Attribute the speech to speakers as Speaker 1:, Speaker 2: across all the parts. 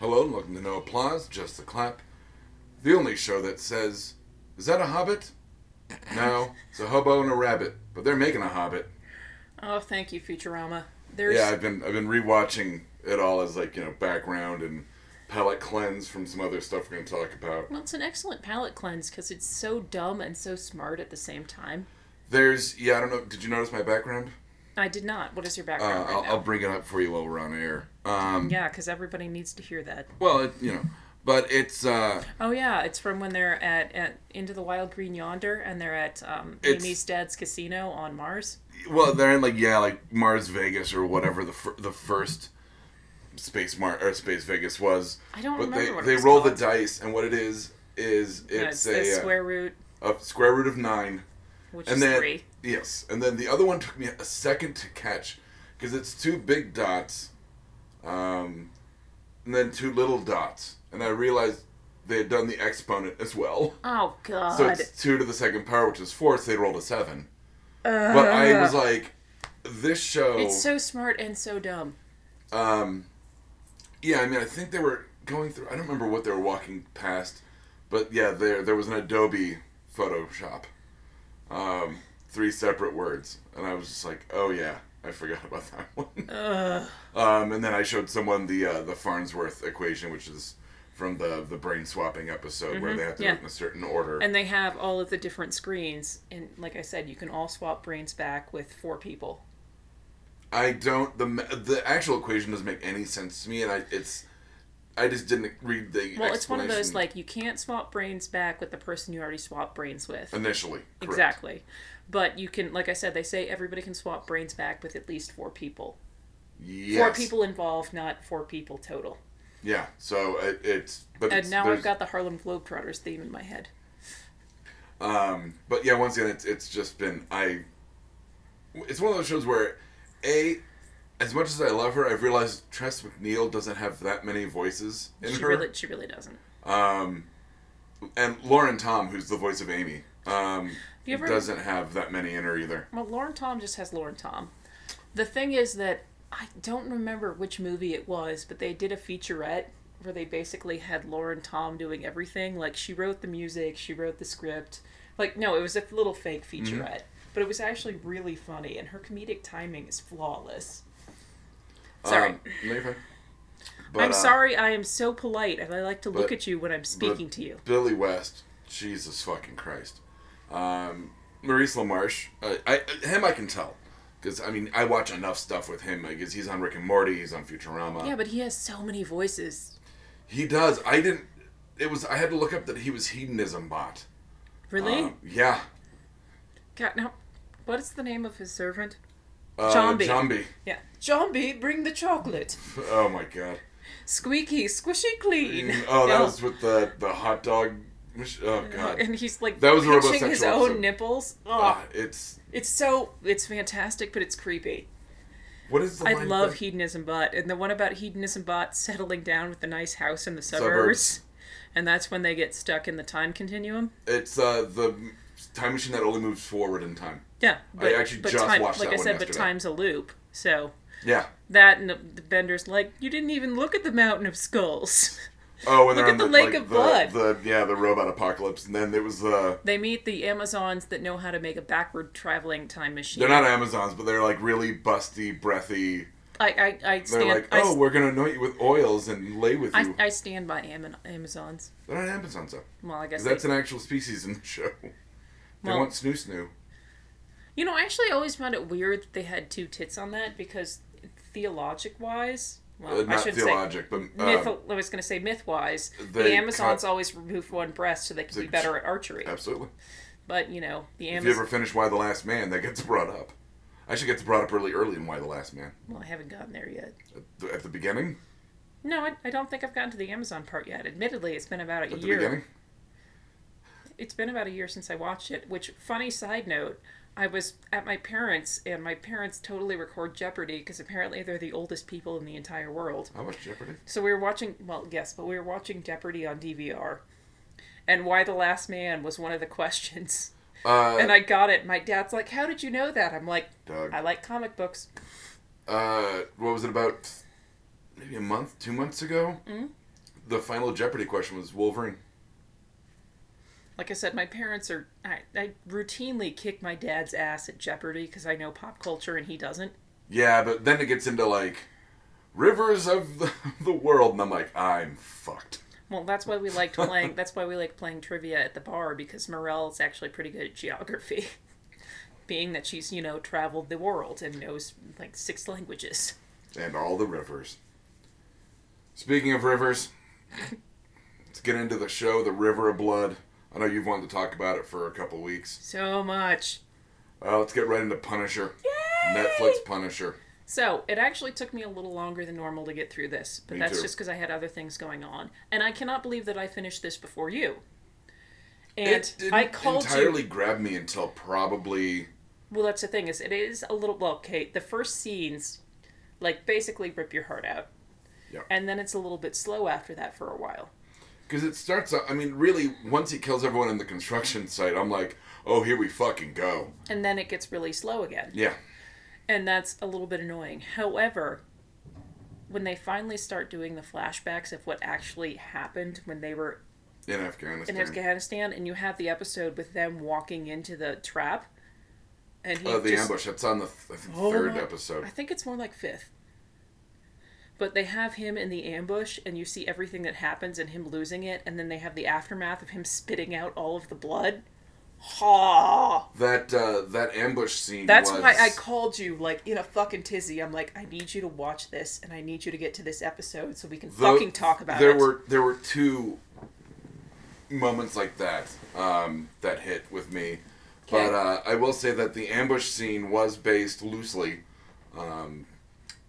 Speaker 1: Hello and welcome to No Applause, Just the Clap, the only show that says, Is that a hobbit? No, it's a hobo and a rabbit, but they're making a hobbit.
Speaker 2: Oh, thank you, Futurama. There's
Speaker 1: Yeah, I've been I've been rewatching it all as like, you know, background and palate cleanse from some other stuff we're gonna talk about.
Speaker 2: well, it's an excellent palate cleanse because it's so dumb and so smart at the same time.
Speaker 1: There's yeah, I don't know did you notice my background?
Speaker 2: I did not. What is your
Speaker 1: Uh,
Speaker 2: background
Speaker 1: I'll,
Speaker 2: right now?
Speaker 1: I'll bring it up for you while we're on air. Um,
Speaker 2: Yeah, because everybody needs to hear that.
Speaker 1: well, it, you know, but it's uh,
Speaker 2: Oh yeah, it's from when they're at, at Into the Wild Green Yonder and they're at um,
Speaker 1: It's-
Speaker 2: Amy's dad's casino on Mars.
Speaker 1: Well, they're in like yeah, like Mars Vegas or whatever the fir- the first space Mar or space Vegas was.
Speaker 2: I don't
Speaker 1: but
Speaker 2: remember
Speaker 1: they
Speaker 2: what it
Speaker 1: they
Speaker 2: was
Speaker 1: roll the
Speaker 2: called.
Speaker 1: dice, and what it is is
Speaker 2: And
Speaker 1: it's,
Speaker 2: the
Speaker 1: a, uh,
Speaker 2: square root,
Speaker 1: a square root of nine,
Speaker 2: which
Speaker 1: and
Speaker 2: is
Speaker 1: then
Speaker 2: three.
Speaker 1: yes, and then the other one took me a second to catch because it's two big dots, um, and then two little dots, and I realized they had done the exponent as well.
Speaker 2: Oh god.
Speaker 1: So it's two to the second power, which is four. So they rolled a seven. but I was like, this show.
Speaker 2: It's so smart and so dumb.
Speaker 1: um, yeah, I mean, I think they were going through. I don't remember what they were walking past, but yeah, there there was an Adobe Photoshop. Um, three separate words, and I was just like, oh yeah, I forgot about that one. Um, and then I showed someone the uh, the Farnsworth equation, which is from the the brain swapping episode where they have to do
Speaker 2: yeah.
Speaker 1: it in a certain order.
Speaker 2: And they have all of the different screens, and like I said, you can all swap brains back with four people.
Speaker 1: I don't the ma- the actual equation doesn't make any sense to me, and I it's I just didn't read the
Speaker 2: Well, it's one of those
Speaker 1: explanation
Speaker 2: like you can't swap brains back with the person you already swapped brains with.
Speaker 1: initially correct.
Speaker 2: Exactly. But you can, like I said, they say everybody can swap brains back with at least four people.
Speaker 1: yes.
Speaker 2: Four people involved, not four people total.
Speaker 1: yeah so it, it's but it's,
Speaker 2: And now
Speaker 1: there's-
Speaker 2: I've got the Harlem Globetrotters theme in my head.
Speaker 1: um but yeah once again it's it's just been I it's one of those shows where a as much as I love her I've realized Tress McNeil doesn't have that many voices in
Speaker 2: She
Speaker 1: her
Speaker 2: really, she really doesn't. Have
Speaker 1: and Lauren Tom who's the voice of Amy um
Speaker 2: you ever?
Speaker 1: doesn't have that many in her either
Speaker 2: Well, Lauren Tom just has Lauren Tom. The thing is that I don't remember which movie it was, but they did a featurette where they basically had Lauren Tom doing everything. Like she wrote the music, she wrote the script. Like no, it was a little fake featurette,
Speaker 1: Mm-hmm.
Speaker 2: but it was actually really funny, and her comedic timing is flawless. Sorry.
Speaker 1: um, no, you're fine. But,
Speaker 2: I'm
Speaker 1: uh,
Speaker 2: sorry. I am so polite, and I like to look
Speaker 1: but-
Speaker 2: at you when I'm speaking to you.
Speaker 1: Billy West, Jesus fucking Christ. Um, Maurice LaMarche, uh, I, I- him I can tell. Because, I mean, I watch enough stuff with him. Because he's on Rick and Morty, he's on Futurama.
Speaker 2: Yeah, but he has so many voices.
Speaker 1: He does. I didn't. It was. I had to look up that he was Hedonism Bot.
Speaker 2: Really?
Speaker 1: Um, yeah.
Speaker 2: God, no. What is the name of his servant?
Speaker 1: Uh,
Speaker 2: Zombie.
Speaker 1: Zombie.
Speaker 2: Yeah. Zombie, bring the chocolate.
Speaker 1: Oh, my God.
Speaker 2: Squeaky, squishy clean.
Speaker 1: Oh, that
Speaker 2: No.
Speaker 1: was with the, the hot dog. mach- Oh, God.
Speaker 2: And he's like
Speaker 1: That was a
Speaker 2: pinching
Speaker 1: robosexual
Speaker 2: his own
Speaker 1: episode.
Speaker 2: nipples. Oh,
Speaker 1: Ah, it's.
Speaker 2: it's so it's fantastic, but it's creepy.
Speaker 1: What is the
Speaker 2: I
Speaker 1: line
Speaker 2: love
Speaker 1: that-
Speaker 2: hedonism bot, and the one about hedonism bot settling down with a nice house in the suburbs,
Speaker 1: Suburbs.
Speaker 2: and that's when they get stuck in the time continuum.
Speaker 1: It's uh, the time machine that only moves forward in time.
Speaker 2: Yeah, but,
Speaker 1: actually
Speaker 2: but
Speaker 1: just
Speaker 2: time,
Speaker 1: watched
Speaker 2: like
Speaker 1: that
Speaker 2: I
Speaker 1: one
Speaker 2: said, but
Speaker 1: yesterday.
Speaker 2: time's a loop, so
Speaker 1: Yeah.
Speaker 2: that and the, the Bender's like, you didn't even look at the mountain of skulls.
Speaker 1: Oh, and
Speaker 2: Look
Speaker 1: they're
Speaker 2: at
Speaker 1: on
Speaker 2: the Lake
Speaker 1: like,
Speaker 2: of Blood.
Speaker 1: The, yeah, the robot apocalypse, and then it was uh, the
Speaker 2: They meet the Amazons that know how to make a backward traveling time machine.
Speaker 1: they're not Amazons, but they're like really busty, breathy.
Speaker 2: I I, I
Speaker 1: They're
Speaker 2: stand.
Speaker 1: like,
Speaker 2: I
Speaker 1: oh, we're gonna anoint you with oils and lay with
Speaker 2: I,
Speaker 1: you.
Speaker 2: I stand by Am- Amazons.
Speaker 1: they're not Amazons though.
Speaker 2: Well, I
Speaker 1: 'Cause
Speaker 2: guess
Speaker 1: That's
Speaker 2: they,
Speaker 1: an actual species in the show. They
Speaker 2: Well-
Speaker 1: want snoo snoo.
Speaker 2: you know. I actually always found it weird that they had two tits on that because theologic wise, well,
Speaker 1: Uh,
Speaker 2: I
Speaker 1: not
Speaker 2: should say.
Speaker 1: theologic, but
Speaker 2: Myth,
Speaker 1: um,
Speaker 2: I was going to say myth wise. The
Speaker 1: they
Speaker 2: Amazons
Speaker 1: cut-
Speaker 2: always remove one breast so they can
Speaker 1: They-
Speaker 2: be better at archery.
Speaker 1: absolutely.
Speaker 2: But you know, the
Speaker 1: If you
Speaker 2: Amazons.
Speaker 1: ever finish Why the Last Man, that gets brought up. Actually, gets brought up really early in Why the Last Man.
Speaker 2: Well, I haven't gotten there yet.
Speaker 1: At the, at the beginning,
Speaker 2: No, I, I don't think I've gotten to the Amazon part yet. Admittedly, it's been about a
Speaker 1: at the
Speaker 2: year.
Speaker 1: beginning.
Speaker 2: it's been about a year since I watched it, which funny side note, I was at my parents and my parents totally record Jeopardy because apparently they're the oldest people in the entire world.
Speaker 1: How much Jeopardy?
Speaker 2: So we were watching, well, yes, but we were watching Jeopardy on DVR. And why the last man was one of the questions.
Speaker 1: Uh,
Speaker 2: And I got it. My dad's like, "How did you know that?" I'm like,
Speaker 1: Doug.
Speaker 2: "I like comic books." Mm-hmm.
Speaker 1: uh, what was it about? Maybe a month, two months ago. the final Jeopardy question was Wolverine.
Speaker 2: Like I said, my parents are. I, I routinely kick my dad's ass at Jeopardy because I know pop culture and he doesn't.
Speaker 1: Yeah, but then it gets into like rivers of the, the world, and I'm like, I'm fucked.
Speaker 2: Well, that's why we liked playing. that's why we like playing trivia at the bar because Morel is actually pretty good at geography, being that she's you know traveled the world and knows like six languages.
Speaker 1: And all the rivers. Speaking of rivers, let's get into the show, The River of Blood. I know you've wanted to talk about it for a couple weeks.
Speaker 2: So much.
Speaker 1: Uh, let's get right into Punisher.
Speaker 2: Yay!
Speaker 1: Netflix Punisher.
Speaker 2: So it actually took me a little longer than normal to get through this, but
Speaker 1: Me
Speaker 2: that's
Speaker 1: too.
Speaker 2: just because I had other things going on, and I cannot believe that I finished this before you. And
Speaker 1: It didn't
Speaker 2: I called you.
Speaker 1: entirely grab me until probably
Speaker 2: Well, that's the thing is it is a little well, okay. The first scenes, like basically rip your heart out,
Speaker 1: Yeah.
Speaker 2: and then it's a little bit slow after that for a while.
Speaker 1: because it starts. out- I mean, really, once he kills everyone in the construction site, I'm like, oh, here we fucking go.
Speaker 2: And then it gets really slow again.
Speaker 1: Yeah,
Speaker 2: And that's a little bit annoying. However, when they finally start doing the flashbacks of what actually happened when they were
Speaker 1: in Afghanistan.
Speaker 2: in Afghanistan and you have the episode with them walking into the trap and he
Speaker 1: Oh, the
Speaker 2: just-
Speaker 1: ambush. That's on the th- I think,
Speaker 2: Oh
Speaker 1: third
Speaker 2: my-
Speaker 1: episode.
Speaker 2: I think it's more like fifth. But they have him in the ambush, and you see everything that happens and him losing it, and then they have the aftermath of him spitting out all of the blood. Ha!
Speaker 1: That uh, that ambush scene.
Speaker 2: That's
Speaker 1: was,
Speaker 2: why I called you, like, in a fucking tizzy. I'm like, I need you to watch this, and I need you to get to this episode so we can
Speaker 1: Though
Speaker 2: fucking talk about
Speaker 1: there
Speaker 2: it.
Speaker 1: were there were two moments like that um, that hit with me but
Speaker 2: Okay.
Speaker 1: uh, i will say that the ambush scene was based loosely um,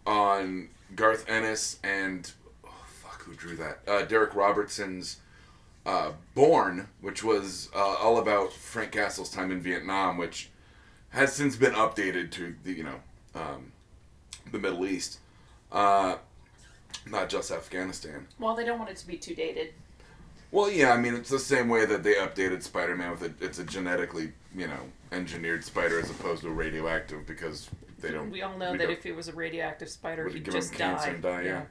Speaker 1: on garth ennis and oh, fuck who drew that uh, derek robertson's uh, born which was uh, all about frank castle's time in vietnam which has since been updated to the you know um, the middle east uh, not just afghanistan
Speaker 2: Well, they don't want it to be too dated.
Speaker 1: well, yeah, I mean, it's the same way that they updated Spider-Man with a, it's a genetically, you know, engineered spider as opposed to radioactive because they don't.
Speaker 2: We all know that if it was a radioactive spider,
Speaker 1: would
Speaker 2: he'd
Speaker 1: give
Speaker 2: just
Speaker 1: him cancer
Speaker 2: die.
Speaker 1: and die, yeah.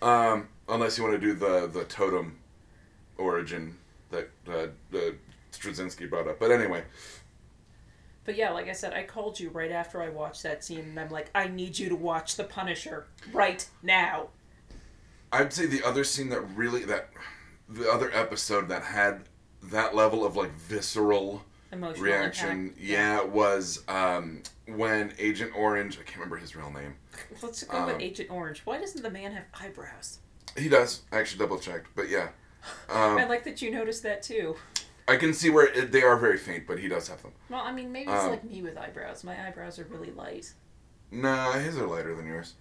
Speaker 1: Um, unless you want to do the the totem origin that uh, uh, Straczynski brought up, but anyway,
Speaker 2: But yeah, like I said, I called you right after I watched that scene, and I'm like, I need you to watch The Punisher right now.
Speaker 1: I'd say the other scene that really that the other episode that had that level of like visceral
Speaker 2: Emotional
Speaker 1: reaction,
Speaker 2: impact.
Speaker 1: yeah, was um, when Agent Orange, I can't remember his real name.
Speaker 2: Let's go
Speaker 1: um,
Speaker 2: with Agent Orange. Why doesn't the man have eyebrows?
Speaker 1: He does. I actually double checked, but yeah, um,
Speaker 2: I like that you noticed that too.
Speaker 1: I can see where it, they are very faint, but he does have them.
Speaker 2: Well, I mean, maybe it's
Speaker 1: Um,
Speaker 2: like me with eyebrows. My eyebrows are really light.
Speaker 1: Nah, his are lighter than yours.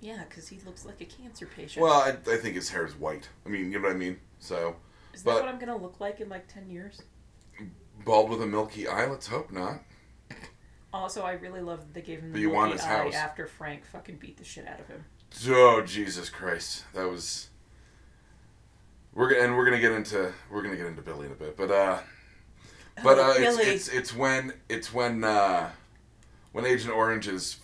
Speaker 2: Yeah, because he looks like a cancer patient.
Speaker 1: Well, I, I think his hair is white. I mean, you know what I mean. So
Speaker 2: Is that
Speaker 1: but-
Speaker 2: what I'm gonna look like in like ten years?
Speaker 1: bald with a milky eye. Let's hope not.
Speaker 2: Also, I really love that they gave him the
Speaker 1: But you want
Speaker 2: milky
Speaker 1: his
Speaker 2: eye
Speaker 1: house.
Speaker 2: after Frank fucking beat the shit out of him.
Speaker 1: Oh Jesus Christ, that was. We're gonna and we're gonna get into we're gonna get into Billy in a bit, but uh, but
Speaker 2: Oh,
Speaker 1: uh, it's,
Speaker 2: Billy.
Speaker 1: it's it's when it's when uh, when Agent Orange is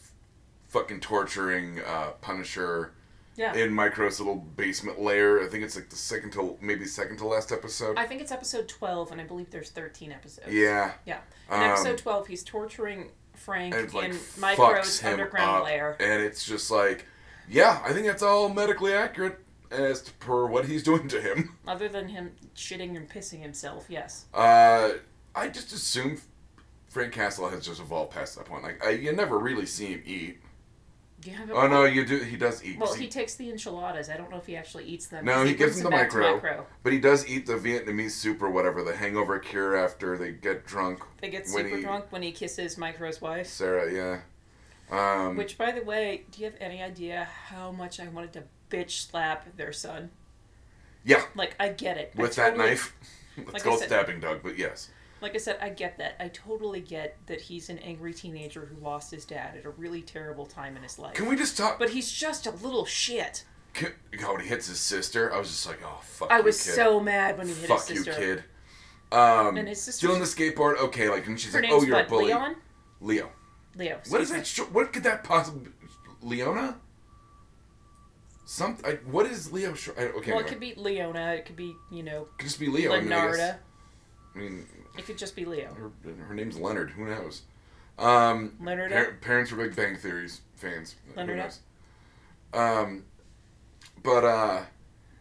Speaker 1: fucking torturing uh, Punisher.
Speaker 2: Yeah.
Speaker 1: in Micro's little basement lair. I think it's like the second to maybe second to last episode.
Speaker 2: I think it's episode 12, and I believe there's 13 episodes.
Speaker 1: yeah,
Speaker 2: Yeah. In
Speaker 1: Um,
Speaker 2: episode 12, he's torturing Frank
Speaker 1: and it's like
Speaker 2: in
Speaker 1: fucks
Speaker 2: Micro's
Speaker 1: him
Speaker 2: underground
Speaker 1: up,
Speaker 2: lair.
Speaker 1: and it's just like, yeah, I think that's all medically accurate as to per what he's doing to him.
Speaker 2: Other than him shitting and pissing himself, yes.
Speaker 1: Uh, I just assume Frank Castle has just evolved past that point. Like, I, you never really see him eat.
Speaker 2: Do you have a
Speaker 1: Oh no, you do. He does eat.
Speaker 2: Well,
Speaker 1: See,
Speaker 2: he takes the enchiladas. I don't know if he actually eats them.
Speaker 1: No, he gives
Speaker 2: brings
Speaker 1: him the
Speaker 2: back to
Speaker 1: micro. But he does eat the Vietnamese soup or whatever, the hangover cure after they get drunk.
Speaker 2: They get
Speaker 1: when
Speaker 2: super
Speaker 1: he-
Speaker 2: drunk when he kisses Micro's wife.
Speaker 1: Sarah, yeah. Um,
Speaker 2: Which, by the way, do you have any idea how much I wanted to bitch slap their son?
Speaker 1: yeah.
Speaker 2: Like, I get it. I
Speaker 1: with that
Speaker 2: totally-
Speaker 1: knife. It's
Speaker 2: Like I
Speaker 1: called
Speaker 2: said-
Speaker 1: stabbing Doug, but yes.
Speaker 2: Like I said, I get that. I totally get that he's an angry teenager who lost his dad at a really terrible time in his life.
Speaker 1: Can we just talk?
Speaker 2: but he's just a little shit.
Speaker 1: Can, God, he hits his sister. I was just like, oh fuck.
Speaker 2: I
Speaker 1: you,
Speaker 2: was
Speaker 1: kid.
Speaker 2: so mad when he hit
Speaker 1: fuck
Speaker 2: his
Speaker 1: you,
Speaker 2: sister.
Speaker 1: kid. Um,
Speaker 2: And his sister-
Speaker 1: stealing the skateboard. Okay, like, and she's
Speaker 2: Her
Speaker 1: like,
Speaker 2: name's
Speaker 1: oh, you're
Speaker 2: what?
Speaker 1: a bully,
Speaker 2: Leon.
Speaker 1: Leo.
Speaker 2: Leo.
Speaker 1: What is
Speaker 2: excuse me.
Speaker 1: that? Sh- what could that possibly? Leona. Some I, what is Leo? Sh- I, okay,
Speaker 2: well,
Speaker 1: no,
Speaker 2: it could be Leona. It could be you know
Speaker 1: it could just be Leo. I mean, I guess-
Speaker 2: Leonarda.
Speaker 1: I mean,
Speaker 2: It could just be Leo.
Speaker 1: her, her name's Leonard. Who knows? Um,
Speaker 2: Leonarda.
Speaker 1: Par- parents are Big Bang Theories fans. Who
Speaker 2: Leonard?
Speaker 1: knows? Um, but uh,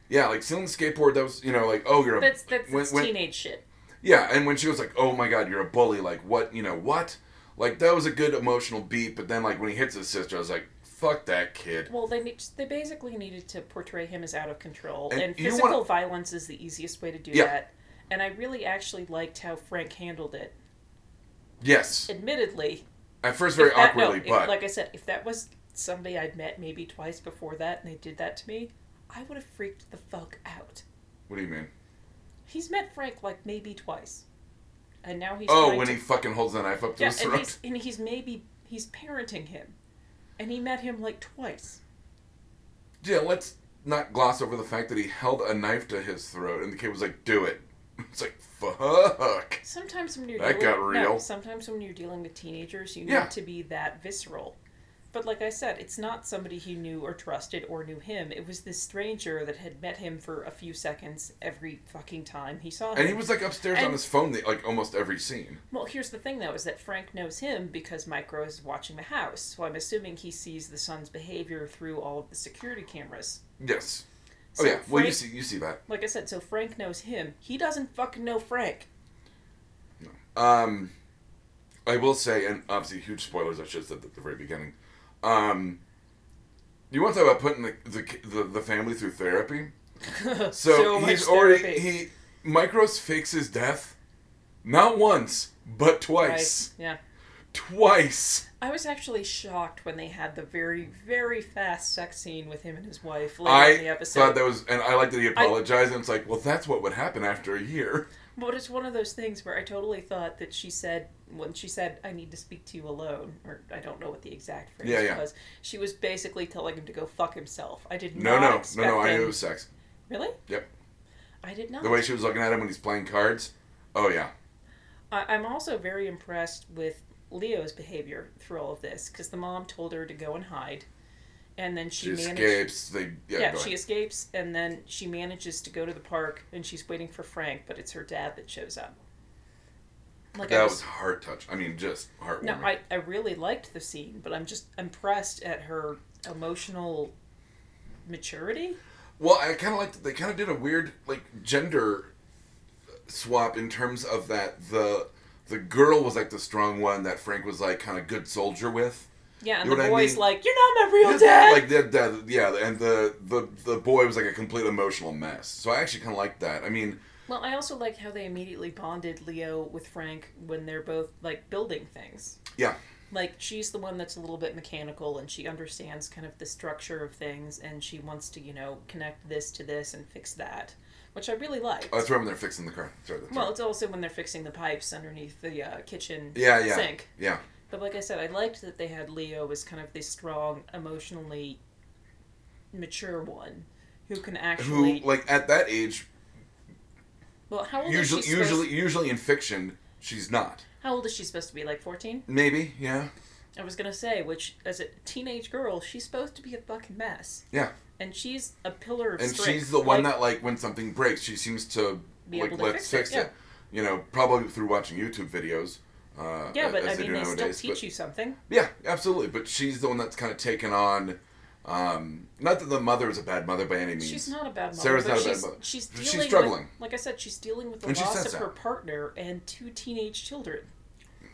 Speaker 1: yeah, like stealing the skateboard. That was you know like oh you're a
Speaker 2: That's that's
Speaker 1: when-
Speaker 2: it's
Speaker 1: when-
Speaker 2: teenage shit.
Speaker 1: yeah, and when she was like oh my god you're a bully like what you know what like that was a good emotional beat. But then like when he hits his sister, I was like fuck that kid.
Speaker 2: Well, they need, they basically needed to portray him as out of control,
Speaker 1: And
Speaker 2: and,
Speaker 1: you
Speaker 2: physical
Speaker 1: wanna-
Speaker 2: violence is the easiest way to do
Speaker 1: Yeah.
Speaker 2: that. And I really actually liked how Frank handled it.
Speaker 1: Yes,
Speaker 2: Admittedly,
Speaker 1: at first very
Speaker 2: if that- no,
Speaker 1: awkwardly,
Speaker 2: if-
Speaker 1: but
Speaker 2: like I said, if that was somebody I'd met maybe twice before that, and they did that to me, I would have freaked the fuck out.
Speaker 1: what do you mean?
Speaker 2: He's met Frank like maybe twice, and now he's
Speaker 1: Oh,
Speaker 2: trying
Speaker 1: when
Speaker 2: to-
Speaker 1: he fucking holds the knife up to
Speaker 2: yeah,
Speaker 1: his
Speaker 2: and
Speaker 1: throat.
Speaker 2: he's and he's maybe he's parenting him, and he met him like twice.
Speaker 1: Yeah, let's not gloss over the fact that he held a knife to his throat and the kid was like, do it. It's like, fuck.
Speaker 2: Sometimes when you're
Speaker 1: That
Speaker 2: dealing,
Speaker 1: got real.
Speaker 2: No, sometimes when you're dealing with teenagers, you
Speaker 1: Yeah.
Speaker 2: need to be that visceral. But like I said, it's not somebody he knew or trusted or knew him. It was this stranger that had met him for a few seconds every fucking time he saw him.
Speaker 1: And he was like upstairs on
Speaker 2: And-
Speaker 1: his phone, the- like almost every scene.
Speaker 2: well, here's the thing though, is that Frank knows him because Micro is watching the house. So I'm assuming he sees the son's behavior through all of the security cameras.
Speaker 1: Yes.
Speaker 2: So
Speaker 1: oh yeah. Well, you
Speaker 2: Frank-
Speaker 1: see, you see that.
Speaker 2: Like I said, so Frank knows him. He doesn't fucking know Frank.
Speaker 1: Um, I will say, and obviously, huge spoilers. I should have said at the very beginning. Um, you want to talk about putting the the ki- the, the family through therapy?
Speaker 2: so,
Speaker 1: So,
Speaker 2: much
Speaker 1: he's already
Speaker 2: therapy.
Speaker 1: he Micros fakes his death, not once but twice.
Speaker 2: Right, Yeah.
Speaker 1: Twice.
Speaker 2: I was actually shocked when they had the very, very fast sex scene with him and his wife later in the
Speaker 1: I
Speaker 2: episode.
Speaker 1: thought that was, and I liked that he apologized, and it's like, well, that's what would happen after a year.
Speaker 2: But it's one of those things where I totally thought that she said when she said, "I need to speak to you alone," or I don't know what the exact phrase
Speaker 1: Yeah, yeah.
Speaker 2: was. She was basically telling him to go fuck himself. I did
Speaker 1: No,
Speaker 2: not
Speaker 1: no, no,
Speaker 2: expect
Speaker 1: no. I knew
Speaker 2: him-
Speaker 1: it was sex.
Speaker 2: really.
Speaker 1: Yep.
Speaker 2: I did not.
Speaker 1: The way she was looking at him when he's playing cards. Oh yeah.
Speaker 2: I, I'm also very impressed with Leo's behavior through all of this because the mom told her to go and hide, and then she,
Speaker 1: She
Speaker 2: managed.
Speaker 1: escapes. They yeah.
Speaker 2: yeah,
Speaker 1: go
Speaker 2: she
Speaker 1: ahead.
Speaker 2: escapes and then she manages to go to the park and she's waiting for Frank, but it's her dad that shows up. Like
Speaker 1: that
Speaker 2: I
Speaker 1: was,
Speaker 2: was,
Speaker 1: heart touch. I mean, just heartwarming.
Speaker 2: no, I, I really liked the scene, but I'm just impressed at her emotional maturity.
Speaker 1: well, I kind of liked. They kind of did a weird like gender swap in terms of that the the girl was like the strong one that Frank was like kind of good soldier with.
Speaker 2: Yeah, and
Speaker 1: You know
Speaker 2: the
Speaker 1: what I
Speaker 2: boy's
Speaker 1: mean?
Speaker 2: like, "You're not my real
Speaker 1: Yeah,
Speaker 2: dad."
Speaker 1: Like the, the, yeah, and the, the the boy was like a complete emotional mess. So I actually kind of liked that. I mean,
Speaker 2: well, I also like how they immediately bonded Leo with Frank when they're both like building things.
Speaker 1: yeah,
Speaker 2: like she's the one that's a little bit mechanical and she understands kind of the structure of things and she wants to you know connect this to this and fix that which i really like
Speaker 1: oh, that's right when they're fixing the car. Sorry, that's
Speaker 2: well
Speaker 1: right.
Speaker 2: it's also when they're fixing the pipes underneath the uh, kitchen
Speaker 1: yeah, yeah,
Speaker 2: sink
Speaker 1: yeah.
Speaker 2: but like i said i liked that they had leo as kind of this strong emotionally mature one who can actually
Speaker 1: Who like at that age?
Speaker 2: well how old
Speaker 1: Usually,
Speaker 2: is she Oh, supposed-
Speaker 1: usually, usually in fiction, she's not.
Speaker 2: how old is she supposed to be like 14
Speaker 1: Maybe, yeah,
Speaker 2: i was gonna say which as a teenage girl she's supposed to be a fucking mess
Speaker 1: yeah.
Speaker 2: and she's a pillar of
Speaker 1: And
Speaker 2: strength
Speaker 1: she's the one
Speaker 2: Like,
Speaker 1: that like when something breaks, she seems to
Speaker 2: Be
Speaker 1: like
Speaker 2: able to
Speaker 1: let's
Speaker 2: fix
Speaker 1: fix,
Speaker 2: it,
Speaker 1: it. You know, probably through watching YouTube videos. Uh,
Speaker 2: Yeah, but
Speaker 1: as
Speaker 2: I mean,
Speaker 1: do
Speaker 2: they still
Speaker 1: nowadays,
Speaker 2: teach
Speaker 1: but-
Speaker 2: you something.
Speaker 1: Yeah, absolutely. But she's the one that's kind of taken on. Um, not that the mother is a bad mother by any means.
Speaker 2: She's not a bad mother.
Speaker 1: Sarah's
Speaker 2: but
Speaker 1: not a bad
Speaker 2: she's,
Speaker 1: mother.
Speaker 2: She's
Speaker 1: But
Speaker 2: dealing
Speaker 1: she's struggling.
Speaker 2: With, like I said, she's dealing with the
Speaker 1: And she
Speaker 2: loss
Speaker 1: says
Speaker 2: of
Speaker 1: that.
Speaker 2: her partner and two teenage children.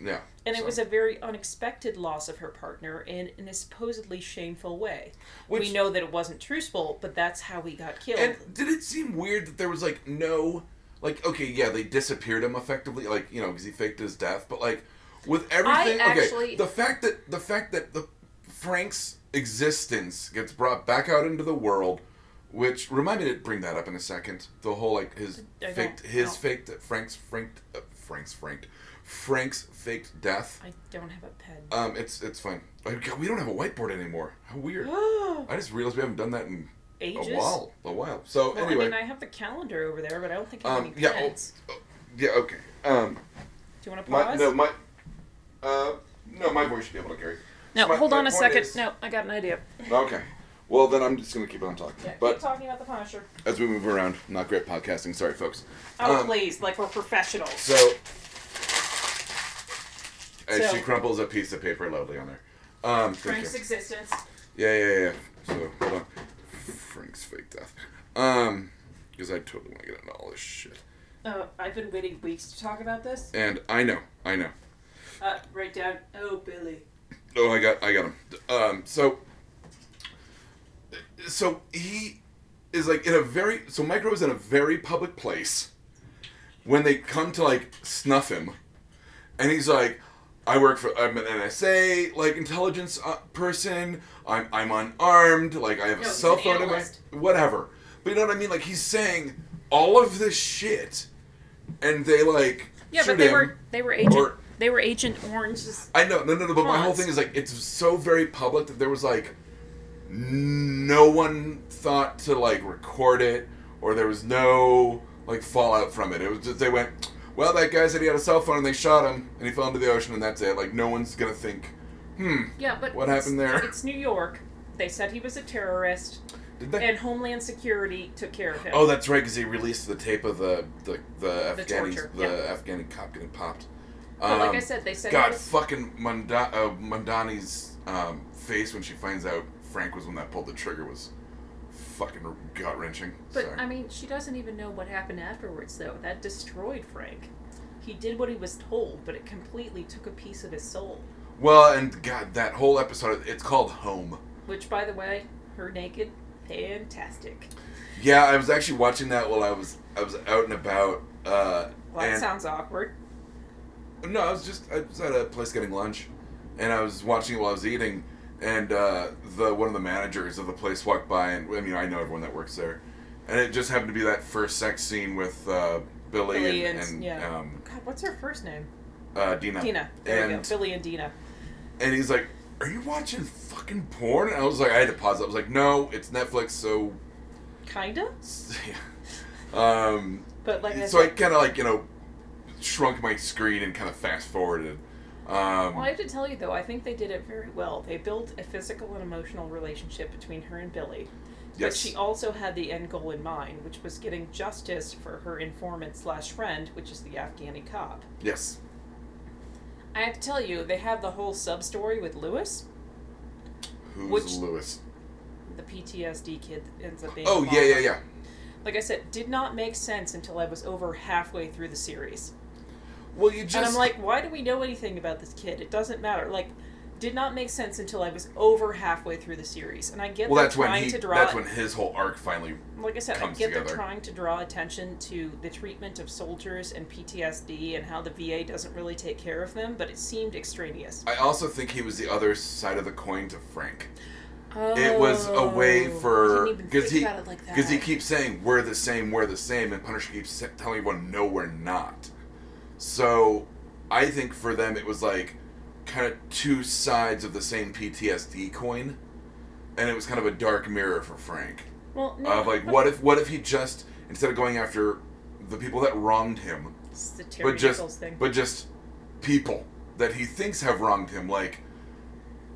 Speaker 1: Yeah.
Speaker 2: And
Speaker 1: so-
Speaker 2: it was a very unexpected loss of her partner in, in a supposedly shameful way.
Speaker 1: Which-
Speaker 2: we know that it wasn't truthful, but that's how he got killed.
Speaker 1: And did it seem weird that there was like no, like okay, yeah, they disappeared him effectively, like you know, because he faked his death. But like with everything, okay,
Speaker 2: actually-
Speaker 1: the fact that the fact that the Frank's existence gets brought back out into the world, which remind me to bring that up in a second. The whole like his
Speaker 2: I don't
Speaker 1: faked his
Speaker 2: know.
Speaker 1: faked Frank's franked uh, Frank's franked Frank's faked death.
Speaker 2: I don't have a pen.
Speaker 1: Um, it's it's fine. Oh, God, we don't have a whiteboard anymore. How weird. I just realized we haven't done that in
Speaker 2: Ages.
Speaker 1: a while. A while. So
Speaker 2: Well,
Speaker 1: anyway.
Speaker 2: I mean, I have the calendar over there, but I don't think I have
Speaker 1: Um,
Speaker 2: any
Speaker 1: yeah, oh,
Speaker 2: pens.
Speaker 1: Yeah. Okay. Um.
Speaker 2: Do you want to
Speaker 1: My,
Speaker 2: pause?
Speaker 1: no. My. Uh. No. My voice should be able to carry.
Speaker 2: No,
Speaker 1: my-
Speaker 2: hold
Speaker 1: my
Speaker 2: on a
Speaker 1: point
Speaker 2: second.
Speaker 1: is-
Speaker 2: No, I got an idea.
Speaker 1: Okay. Well, then I'm just gonna keep on talking.
Speaker 2: Yeah,
Speaker 1: but
Speaker 2: keep talking about the Punisher.
Speaker 1: as we move around, not great podcasting. Sorry, folks.
Speaker 2: Oh,
Speaker 1: Um,
Speaker 2: please, like we're professionals.
Speaker 1: So, and
Speaker 2: So-
Speaker 1: she crumples a piece of paper loudly on there. Um, thank
Speaker 2: Frank's
Speaker 1: you.
Speaker 2: existence.
Speaker 1: Yeah, yeah, yeah. So hold on. Frank's fake death. Um, because I totally want to get into all this shit.
Speaker 2: Uh, I've been waiting weeks to talk about this.
Speaker 1: And I know, I know.
Speaker 2: Uh, write down. Oh, Billy.
Speaker 1: Oh, I got, I got him. Um, so, so he is like in a very, so Micro is in a very public place. When they come to like snuff him, and he's like, "I work for, I'm an NSA like intelligence uh, person. I'm, I'm unarmed. Like I have
Speaker 2: No,
Speaker 1: a
Speaker 2: he's
Speaker 1: cell
Speaker 2: an
Speaker 1: phone in my,
Speaker 2: analyst.
Speaker 1: whatever." But you know what I mean? Like he's saying all of this shit, and they like
Speaker 2: Yeah,
Speaker 1: shoot
Speaker 2: but they
Speaker 1: him.
Speaker 2: were they were agent
Speaker 1: Or-
Speaker 2: they were Agent Orange's.
Speaker 1: I know, no, no, no. But my whole
Speaker 2: Cons.
Speaker 1: thing is like it's so very public that there was like no one thought to like record it, or there was no like fallout from it. It was just they went, well, that guy said he had a cell phone and they shot him and he fell into the ocean and that's it. Like no one's gonna think, hmm,
Speaker 2: Yeah, but
Speaker 1: What
Speaker 2: it's-
Speaker 1: happened there?
Speaker 2: It's New York. They said he was a terrorist,
Speaker 1: did they?
Speaker 2: and Homeland Security took care of him.
Speaker 1: oh, that's right, because he released the tape of the the the,
Speaker 2: The
Speaker 1: Afghani
Speaker 2: torture,
Speaker 1: the
Speaker 2: yeah.
Speaker 1: Afghani cop getting popped.
Speaker 2: but like
Speaker 1: Um,
Speaker 2: I said, they said he
Speaker 1: God,
Speaker 2: was-
Speaker 1: fucking Manda- uh, Mandani's um, face when she finds out Frank was the one that pulled the trigger was fucking gut wrenching.
Speaker 2: But
Speaker 1: Sorry.
Speaker 2: I mean, she doesn't even know what happened afterwards, though. That destroyed Frank. He did what he was told, but it completely took a piece of his soul.
Speaker 1: well, and God, that whole episode, it's called Home.
Speaker 2: Which, by the way, her naked, fantastic.
Speaker 1: Yeah, I was actually watching that while I was I was out and about. Uh,
Speaker 2: Well, that
Speaker 1: and-
Speaker 2: sounds awkward.
Speaker 1: No, I was just I was at a place getting lunch, and I was watching it while I was eating, and uh, the one of the managers of the place walked by, and I mean I know everyone that works there, and it just happened to be that first sex scene with uh, Billy,
Speaker 2: Billy
Speaker 1: and,
Speaker 2: and-
Speaker 1: and,
Speaker 2: yeah.
Speaker 1: um,
Speaker 2: God, what's her first name?
Speaker 1: uh, Dina.
Speaker 2: Dina. There we go.
Speaker 1: And
Speaker 2: Billy and Dina.
Speaker 1: and he's like, "Are you watching fucking porn?" And I was like, I had to pause. I was like, "No, it's Netflix." So,
Speaker 2: Kinda?
Speaker 1: um,
Speaker 2: But like I
Speaker 1: so I
Speaker 2: said,
Speaker 1: kind of like you know shrunk my screen and kind of fast forwarded. Um,
Speaker 2: well, I have to tell you though, I think they did it very well. They built a physical and emotional relationship between her and Billy. But
Speaker 1: yes.
Speaker 2: she also had the end goal in mind, which was getting justice for her informant slash friend, which is the Afghani cop.
Speaker 1: yes.
Speaker 2: I have to tell you, they have the whole sub story with Lewis,
Speaker 1: Who's
Speaker 2: Which-
Speaker 1: Lewis?
Speaker 2: the PTSD kid that ends up being.
Speaker 1: Oh
Speaker 2: the
Speaker 1: yeah, yeah,
Speaker 2: bomber.
Speaker 1: yeah.
Speaker 2: Like I said, did not make sense until I was over halfway through the series,
Speaker 1: Well, you just
Speaker 2: and I'm like, why do we know anything about this kid? It doesn't matter. Like, did not make sense until I was over halfway through the series, and I get
Speaker 1: well,
Speaker 2: they're
Speaker 1: that's
Speaker 2: trying
Speaker 1: when he,
Speaker 2: to draw.
Speaker 1: that's when his whole arc finally.
Speaker 2: like I said, I
Speaker 1: comes
Speaker 2: get they're
Speaker 1: together.
Speaker 2: trying to draw attention to the treatment of soldiers and PTSD and how the VA doesn't really take care of them, but it seemed extraneous.
Speaker 1: I also think he was the other side of the coin to Frank. It was a way
Speaker 2: Oh. I
Speaker 1: for
Speaker 2: didn't even
Speaker 1: because
Speaker 2: think
Speaker 1: he
Speaker 2: about it like
Speaker 1: because he
Speaker 2: that.
Speaker 1: keeps saying we're the same, we're the same, and Punisher keeps sa- telling everyone no, we're not. So, I think for them it was like kind of two sides of the same PTSD coin, and it was kind of a dark mirror for Frank.
Speaker 2: Well, no,
Speaker 1: Of like,
Speaker 2: but
Speaker 1: what if what if he just instead of going after the people that wronged him,
Speaker 2: It's the Terry
Speaker 1: but just
Speaker 2: Nichols thing.
Speaker 1: but just people that he thinks have wronged him like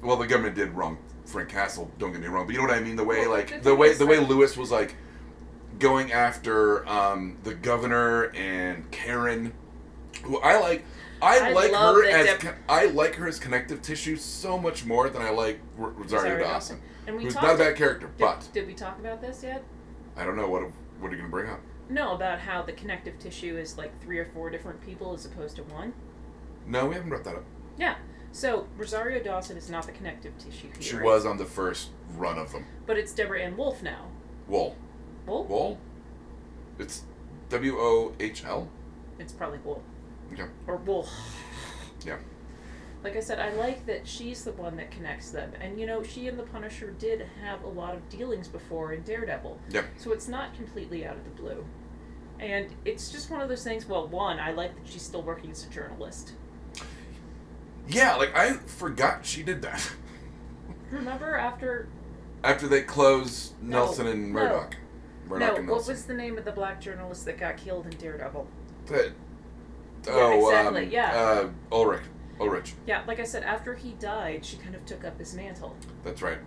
Speaker 1: well the government did wrong frank castle don't get me wrong but you know what i mean the way
Speaker 2: Well, the
Speaker 1: like the way
Speaker 2: thing
Speaker 1: the way
Speaker 2: is, like-
Speaker 1: lewis was like going after um, the governor and karen who i like I,
Speaker 2: I
Speaker 1: like
Speaker 2: love
Speaker 1: her
Speaker 2: that
Speaker 1: as
Speaker 2: Deb-
Speaker 1: con- I like her as connective tissue so much more than I like R- Rosario
Speaker 2: Rosario
Speaker 1: Dawson,
Speaker 2: Dawson. and we
Speaker 1: who's
Speaker 2: talked,
Speaker 1: not a bad character,
Speaker 2: did,
Speaker 1: but
Speaker 2: did we talk about this yet?
Speaker 1: I don't know what what are you gonna bring up.
Speaker 2: No, about how the connective tissue is like three or four different people as opposed to one.
Speaker 1: No, we haven't brought that up.
Speaker 2: Yeah. So Rosario Dawson is not the connective tissue here.
Speaker 1: She was on the first run of them.
Speaker 2: But it's Deborah Ann Wolf now.
Speaker 1: Wool.
Speaker 2: Wolf?
Speaker 1: Wool? It's W O H L?
Speaker 2: It's probably Wolf.
Speaker 1: Okay.
Speaker 2: Or Wolf.
Speaker 1: Yeah.
Speaker 2: Like I said, I like that she's the one that connects them. And you know, she and the Punisher did have a lot of dealings before in Daredevil.
Speaker 1: Yeah.
Speaker 2: So it's not completely out of the blue. And it's just one of those things. Well, one, I like that she's still working as a journalist.
Speaker 1: Yeah, like I forgot she did that.
Speaker 2: Remember after
Speaker 1: After they closed
Speaker 2: No,
Speaker 1: Nelson and
Speaker 2: no.
Speaker 1: Murdoch. Murdoch
Speaker 2: no,
Speaker 1: and
Speaker 2: what
Speaker 1: Nelson.
Speaker 2: was the name of the black journalist that got killed in Daredevil?
Speaker 1: That-
Speaker 2: Yeah,
Speaker 1: oh,
Speaker 2: exactly,
Speaker 1: um,
Speaker 2: yeah.
Speaker 1: Uh, Ulrich. Ulrich.
Speaker 2: Yeah, like I said, after he died, she kind of took up his mantle.
Speaker 1: That's right.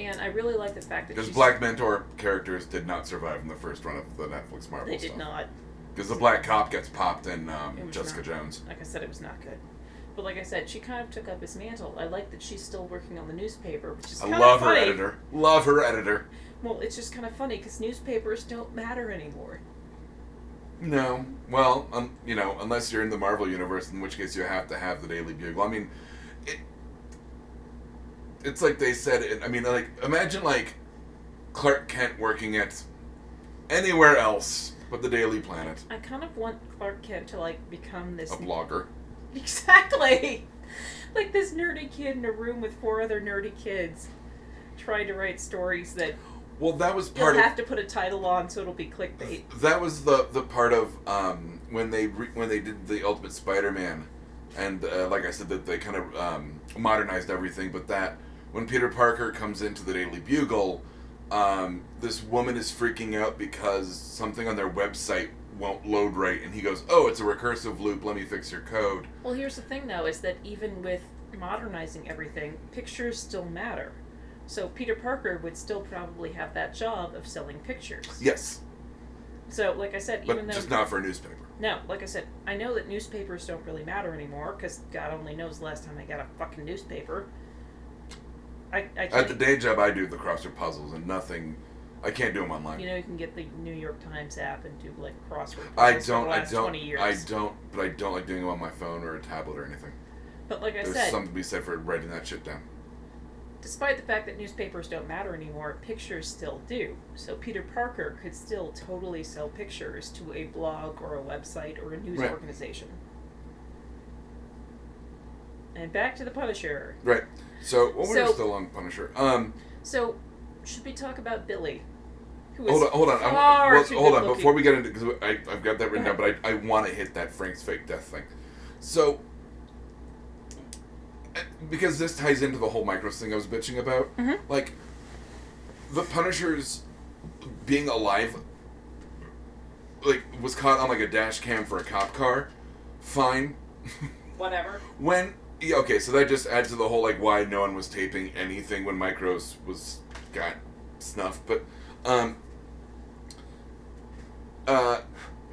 Speaker 2: And I really like the fact that
Speaker 1: Because
Speaker 2: she's-
Speaker 1: Black Mentor characters did not survive in the first run of the Netflix Marvel
Speaker 2: they did
Speaker 1: stuff.
Speaker 2: not.
Speaker 1: Because the black cop gets popped in
Speaker 2: It
Speaker 1: um,
Speaker 2: was
Speaker 1: Jessica
Speaker 2: not.
Speaker 1: Jones.
Speaker 2: Like I said, it was not good. But like I said, she kind of took up his mantle. I like that she's still working on the newspaper, which is
Speaker 1: I
Speaker 2: kind
Speaker 1: love
Speaker 2: of
Speaker 1: her
Speaker 2: funny.
Speaker 1: editor. Love her editor.
Speaker 2: Well, it's just kind of funny because newspapers don't matter anymore.
Speaker 1: No. Well, um, you know, unless you're in the Marvel universe, in which case you have to have the Daily Bugle. I mean, it, it's like they said. It, I mean, like imagine like Clark Kent working at anywhere else but the Daily Planet,
Speaker 2: I kind of want Clark Kent to like become
Speaker 1: a
Speaker 2: this
Speaker 1: blogger.
Speaker 2: exactly like this nerdy kid in a room with four other nerdy kids trying to write stories that
Speaker 1: Well, that was
Speaker 2: you'll
Speaker 1: part of
Speaker 2: have to put a title on so it'll be clickbait.
Speaker 1: that was the the part of um, when they re- when they did the Ultimate Spider-Man, and uh, like I said, that they kind of um, modernized everything. But that when Peter Parker comes into the Daily Bugle, um, this woman is freaking out because something on their website won't load right, and he goes, "Oh, it's a recursive loop. Let me fix your code."
Speaker 2: Well, here's the thing though is that even with modernizing everything, pictures still matter. So Peter Parker would still probably have that job of selling pictures.
Speaker 1: Yes,
Speaker 2: So, like I said, even
Speaker 1: but
Speaker 2: though
Speaker 1: just not for a newspaper.
Speaker 2: No, like I said, I know that newspapers don't really matter anymore because God only knows the last time I got a fucking newspaper. I, I
Speaker 1: At the
Speaker 2: can't,
Speaker 1: day job, I do the crossword puzzles, and nothing. I can't do them online.
Speaker 2: you know, you can get the New York Times app and do like crossword.
Speaker 1: I
Speaker 2: puzzles for
Speaker 1: don't.
Speaker 2: The
Speaker 1: I
Speaker 2: last
Speaker 1: don't.
Speaker 2: Twenty years.
Speaker 1: I don't. But I don't like doing them on my phone or a tablet or anything.
Speaker 2: but like I
Speaker 1: There's
Speaker 2: said,
Speaker 1: something to be said for writing that shit down.
Speaker 2: despite the fact that newspapers don't matter anymore, pictures still do. So Peter Parker could still totally sell pictures to a blog or a website or a news
Speaker 1: Right.
Speaker 2: organization. And back to the Punisher.
Speaker 1: Right. So well, we
Speaker 2: So-
Speaker 1: were still on Punisher. Um,
Speaker 2: So, should we talk about Billy? Who is
Speaker 1: hold on, hold on, I-
Speaker 2: far
Speaker 1: well,
Speaker 2: too
Speaker 1: hold on.
Speaker 2: good-looking.
Speaker 1: Before we get into because I I've got that written
Speaker 2: Go
Speaker 1: down, but I I want to hit that Frank's fake death thing. So uh, because this ties into the whole Micros thing I was bitching about,
Speaker 2: Mhm.
Speaker 1: like the Punisher's being alive, like was caught on like a dash cam for a cop car. Fine.
Speaker 2: Whatever.
Speaker 1: When yeah, okay, so that just adds to the whole like why no one was taping anything when Micros was got snuffed, but um uh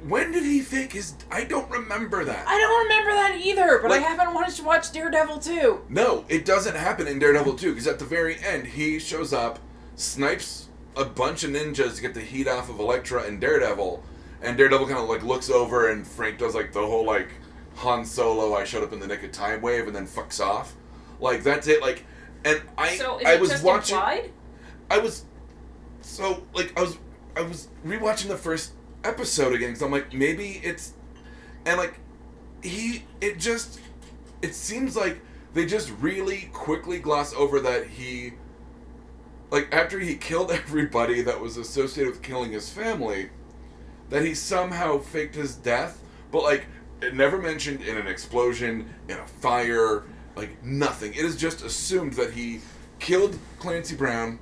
Speaker 1: when did he fake his I don't remember that.
Speaker 2: I don't remember that either, but
Speaker 1: Like-
Speaker 2: I haven't wanted to watch Daredevil too.
Speaker 1: no, it doesn't happen in Daredevil 2 because at the very end he shows up, snipes a bunch of ninjas to get the heat off of Elektra and Daredevil, and Daredevil kind of like looks over and Frank does like the whole like Han Solo I showed up in the nick of time wave and then fucks off. Like that's it like and I
Speaker 2: so is
Speaker 1: I
Speaker 2: it
Speaker 1: was
Speaker 2: just
Speaker 1: watching
Speaker 2: implied?
Speaker 1: I was so like I was I was rewatching the first episode again because I'm like maybe it's and like he it just it seems like they just really quickly gloss over that he like after he killed everybody that was associated with killing his family that he somehow faked his death but like it never mentioned in an explosion in a fire like nothing it is just assumed that he killed clancy brown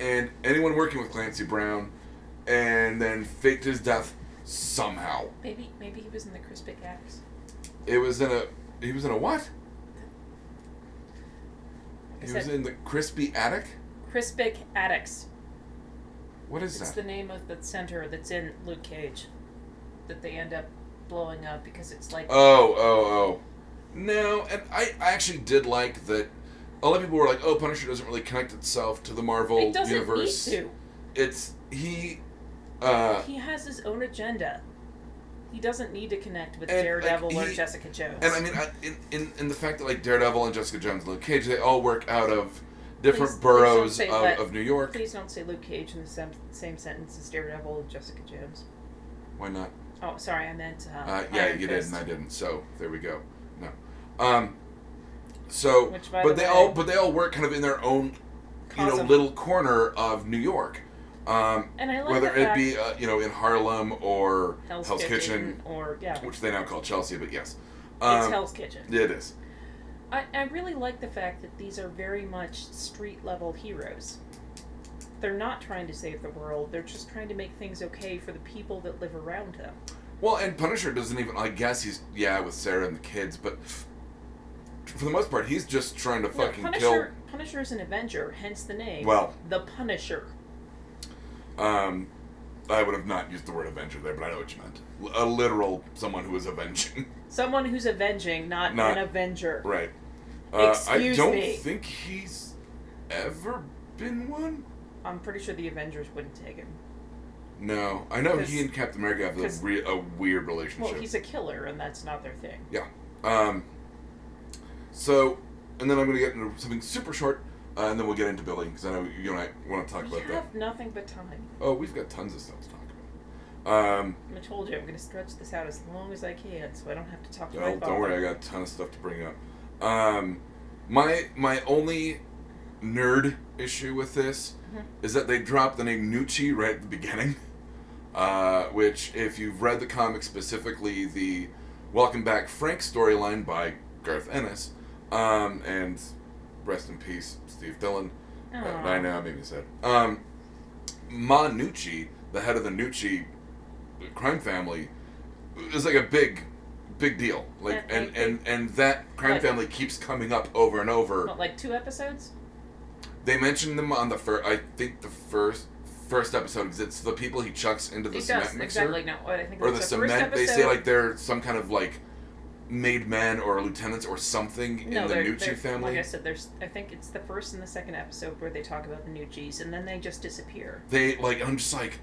Speaker 1: and anyone working with clancy brown and then faked his death somehow
Speaker 2: Maybe maybe he was in the Crispic Axe.
Speaker 1: it was in a he was in a what
Speaker 2: Like I
Speaker 1: he was
Speaker 2: said,
Speaker 1: in the crispy attic
Speaker 2: Crispic Addicts.
Speaker 1: what is
Speaker 2: It's
Speaker 1: that
Speaker 2: the name of the center that's in Luke Cage that they end up blowing up because it's like
Speaker 1: Oh, oh, oh. No, and I, I actually did like that. A lot of people were like, "Oh, Punisher doesn't really connect itself to the Marvel
Speaker 2: it doesn't
Speaker 1: universe."
Speaker 2: need to.
Speaker 1: It's he, uh,
Speaker 2: he has his own agenda. He doesn't need to connect with
Speaker 1: And, like,
Speaker 2: Daredevil or
Speaker 1: he-
Speaker 2: Jessica Jones.
Speaker 1: and I mean, I, in, in in the fact that like Daredevil and Jessica Jones, and Luke Cage, they all work out of different
Speaker 2: Please- please don't
Speaker 1: boroughs
Speaker 2: say
Speaker 1: of,
Speaker 2: that.
Speaker 1: of New York.
Speaker 2: Please don't say Luke Cage in the sem- same sentence as Daredevil and Jessica Jones.
Speaker 1: Why not?
Speaker 2: Oh, sorry, I meant. Uh,
Speaker 1: Uh, yeah,
Speaker 2: Iron
Speaker 1: you did,
Speaker 2: Fist.
Speaker 1: and I didn't. So there we go. No. Um. So,
Speaker 2: Which, by
Speaker 1: but
Speaker 2: the
Speaker 1: they
Speaker 2: way-
Speaker 1: all but they all work kind of in their own, you know,
Speaker 2: Cosm-
Speaker 1: little corner of New York. Um,
Speaker 2: And I like
Speaker 1: whether
Speaker 2: the
Speaker 1: it
Speaker 2: fact
Speaker 1: be uh, you know in Harlem or
Speaker 2: Hell's,
Speaker 1: Hell's, Kitchen,
Speaker 2: or yeah,
Speaker 1: which they now call Chelsea, but yes,
Speaker 2: it's
Speaker 1: um,
Speaker 2: Hell's Kitchen.
Speaker 1: it is.
Speaker 2: I, I really like the fact that these are very much street level heroes. They're not trying to save the world. They're just trying to make things okay for the people that live around them.
Speaker 1: Well, and Punisher doesn't even. I guess he's yeah with Sarah and the kids, but for the most part, he's just trying to
Speaker 2: Well,
Speaker 1: fucking
Speaker 2: Punisher, Punisher is an Avenger, hence the name.
Speaker 1: Well.
Speaker 2: the Punisher.
Speaker 1: kill. Um, I would have not used the word avenger there, but I know what you meant. L- A literal someone who is avenging,
Speaker 2: Someone who's avenging, not,
Speaker 1: Not-
Speaker 2: an Avenger.
Speaker 1: right? Uh,
Speaker 2: Excuse
Speaker 1: I don't
Speaker 2: me.
Speaker 1: think he's ever been one.
Speaker 2: I'm pretty sure the Avengers wouldn't take him.
Speaker 1: No, I know he
Speaker 2: Because-
Speaker 1: and Captain America have a,
Speaker 2: because-
Speaker 1: re- a weird
Speaker 2: Well,
Speaker 1: relationship.
Speaker 2: he's a killer, and that's not their thing.
Speaker 1: Yeah. Um, so, and then I'm going to get into something super short, uh, and then we'll get into Billy, because I know you and I want to talk
Speaker 2: We
Speaker 1: about that.
Speaker 2: have nothing but time.
Speaker 1: Oh, we've got tons of stuff to talk about. Um,
Speaker 2: I told you I'm going to stretch this out as long as I can, so I don't have to talk to my
Speaker 1: oh,
Speaker 2: father.
Speaker 1: don't worry, I got a ton of stuff to bring up. Um, my my only nerd issue with this
Speaker 2: Mhm.
Speaker 1: is that they dropped the name Nucci right at the beginning, uh, which, if you've read the comic specifically, the Welcome Back Frank storyline by Garth Ennis, um, and rest in peace, Steve Dillon. Uh,
Speaker 2: Aw.
Speaker 1: I know, maybe said. Um, Ma Nucci, the head of the Nucci crime family, is like a big, big deal. Like,
Speaker 2: Yeah,
Speaker 1: and
Speaker 2: I
Speaker 1: and
Speaker 2: think-
Speaker 1: and that crime
Speaker 2: Like- Oh.
Speaker 1: family keeps coming up over and over.
Speaker 2: What, like two episodes?
Speaker 1: They mentioned them on the first, I think the first first episode, because it's the people he chucks into the
Speaker 2: it
Speaker 1: cement
Speaker 2: does,
Speaker 1: mixer
Speaker 2: exactly. No, I think
Speaker 1: or the
Speaker 2: it's the first
Speaker 1: cement. They
Speaker 2: episode.
Speaker 1: say like they're some kind of like made men or lieutenants or something
Speaker 2: no,
Speaker 1: in the
Speaker 2: they're,
Speaker 1: Nucci
Speaker 2: they're-
Speaker 1: family.
Speaker 2: Like I said, there's. I think it's the first and the second episode where they talk about the Nucci's, and then they just disappear.
Speaker 1: they like I'm just like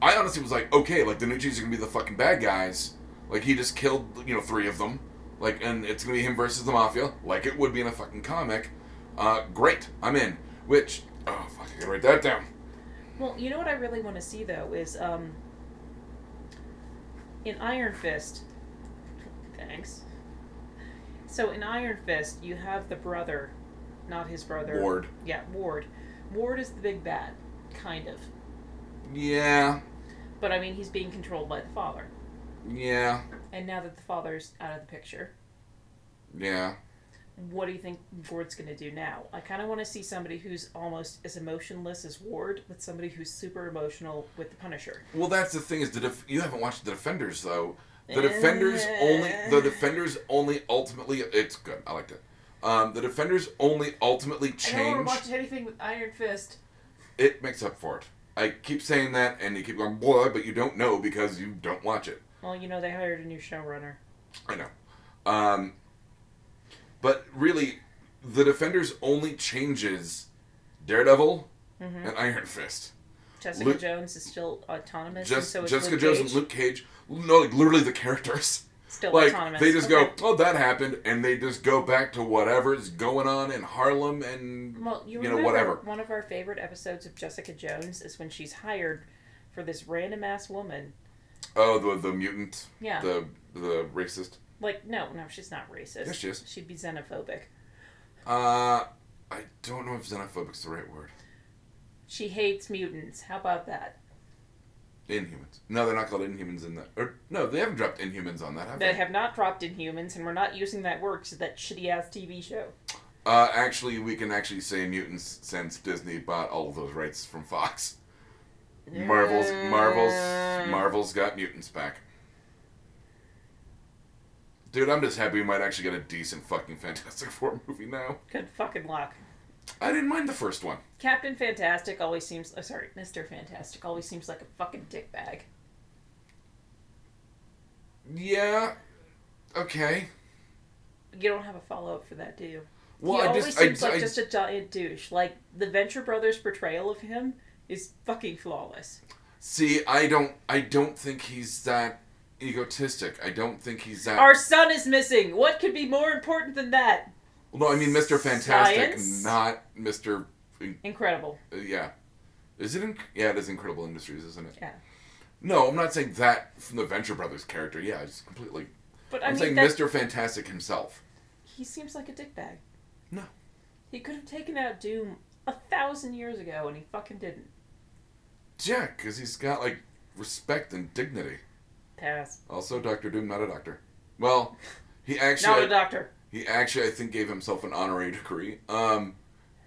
Speaker 1: I honestly was like, okay, like the new Chiefs are gonna be the fucking bad guys. Like he just killed, you know, three of them. Like and it's gonna be him versus the mafia, like it would be in a fucking comic. Uh great, I'm in. Which oh fuck, I gotta write that down.
Speaker 2: Well, you know what I really want to see though is um in Iron Fist. Thanks. So in Iron Fist, you have the brother, not his brother.
Speaker 1: Ward.
Speaker 2: Yeah, Ward. Ward is the big bad, kind of.
Speaker 1: Yeah.
Speaker 2: But I mean, he's being controlled by the father.
Speaker 1: Yeah.
Speaker 2: And now that the father's out of the picture,
Speaker 1: Yeah.
Speaker 2: what do you think Ward's going to do now? I kind of want to see somebody who's almost as emotionless as Ward with somebody who's super emotional with the Punisher.
Speaker 1: Well, that's the thing is the def- you haven't watched the Defenders though. The
Speaker 2: Eh.
Speaker 1: Defenders only the Defenders only ultimately it's good. I liked it. Um, the Defenders only ultimately change.
Speaker 2: I don't want to watch anything with Iron Fist.
Speaker 1: it makes up for it. I keep saying that, and you keep going, blah, but you don't know because you don't watch it.
Speaker 2: Well, you know, they hired a new showrunner.
Speaker 1: I know. Um, but really, the Defenders only changes Daredevil
Speaker 2: Mhm.
Speaker 1: and Iron Fist.
Speaker 2: Jessica
Speaker 1: Luke-
Speaker 2: Jones is still autonomous. and
Speaker 1: Jess-
Speaker 2: so is
Speaker 1: Jessica
Speaker 2: Luke
Speaker 1: Jones
Speaker 2: Cage
Speaker 1: and Luke Cage, no, like literally the characters.
Speaker 2: still
Speaker 1: like
Speaker 2: autonomous.
Speaker 1: they just
Speaker 2: Okay.
Speaker 1: go, oh, that happened, and they just go back to whatever's going on in Harlem and
Speaker 2: Well, you,
Speaker 1: you know,
Speaker 2: remember
Speaker 1: whatever.
Speaker 2: One of our favorite episodes of Jessica Jones is when she's hired for this random ass woman.
Speaker 1: oh, the the mutant,
Speaker 2: Yeah.
Speaker 1: the the racist.
Speaker 2: like, no, no, she's not racist.
Speaker 1: Yes, she is.
Speaker 2: She'd be xenophobic.
Speaker 1: Uh, I don't know if xenophobic's the right word.
Speaker 2: She hates mutants. How about that?
Speaker 1: Inhumans. No, they're not called Inhumans in that. Or no, they haven't dropped Inhumans on that, have they?
Speaker 2: They have not dropped in humans, and we're not using that word to that shitty ass TV show.
Speaker 1: Uh, actually, we can actually say mutants since Disney bought all of those rights from Fox. Marvel's, Marvel's, Marvel's got mutants back. Dude, I'm just happy we might actually get a decent fucking Fantastic Four movie now.
Speaker 2: Good fucking luck.
Speaker 1: I didn't mind the first one.
Speaker 2: Captain Fantastic always seems. Oh, sorry, Mister Fantastic always seems like a fucking dick bag.
Speaker 1: Yeah. Okay.
Speaker 2: You don't have a follow up for that, do you?
Speaker 1: Well,
Speaker 2: he
Speaker 1: I
Speaker 2: always
Speaker 1: just,
Speaker 2: seems
Speaker 1: I,
Speaker 2: like
Speaker 1: I,
Speaker 2: just a giant douche. Like the Venture Brothers portrayal of him is fucking flawless.
Speaker 1: see. I don't, I don't think he's that egotistic. I don't think he's that.
Speaker 2: Our son is missing. What could be more important than that?
Speaker 1: Well, no, I mean Mr. Fantastic,
Speaker 2: Science?
Speaker 1: not Mr. In-
Speaker 2: Incredible.
Speaker 1: uh, yeah. Is it? In- yeah, it is Incredible Industries, isn't it?
Speaker 2: Yeah.
Speaker 1: No, I'm not saying that from the Venture Brothers character. Yeah, it's completely.
Speaker 2: But
Speaker 1: I
Speaker 2: I
Speaker 1: am
Speaker 2: mean,
Speaker 1: saying
Speaker 2: that,
Speaker 1: Mr. Fantastic himself.
Speaker 2: he seems like a dickbag.
Speaker 1: No.
Speaker 2: He could have taken out Doom a thousand years ago, and he fucking didn't.
Speaker 1: Yeah, because he's got like respect and dignity.
Speaker 2: Pass.
Speaker 1: Also, Doctor Doom, not a doctor. Well, he
Speaker 2: Not
Speaker 1: actually,
Speaker 2: a doctor.
Speaker 1: he actually, I think, gave himself an honorary degree. Um,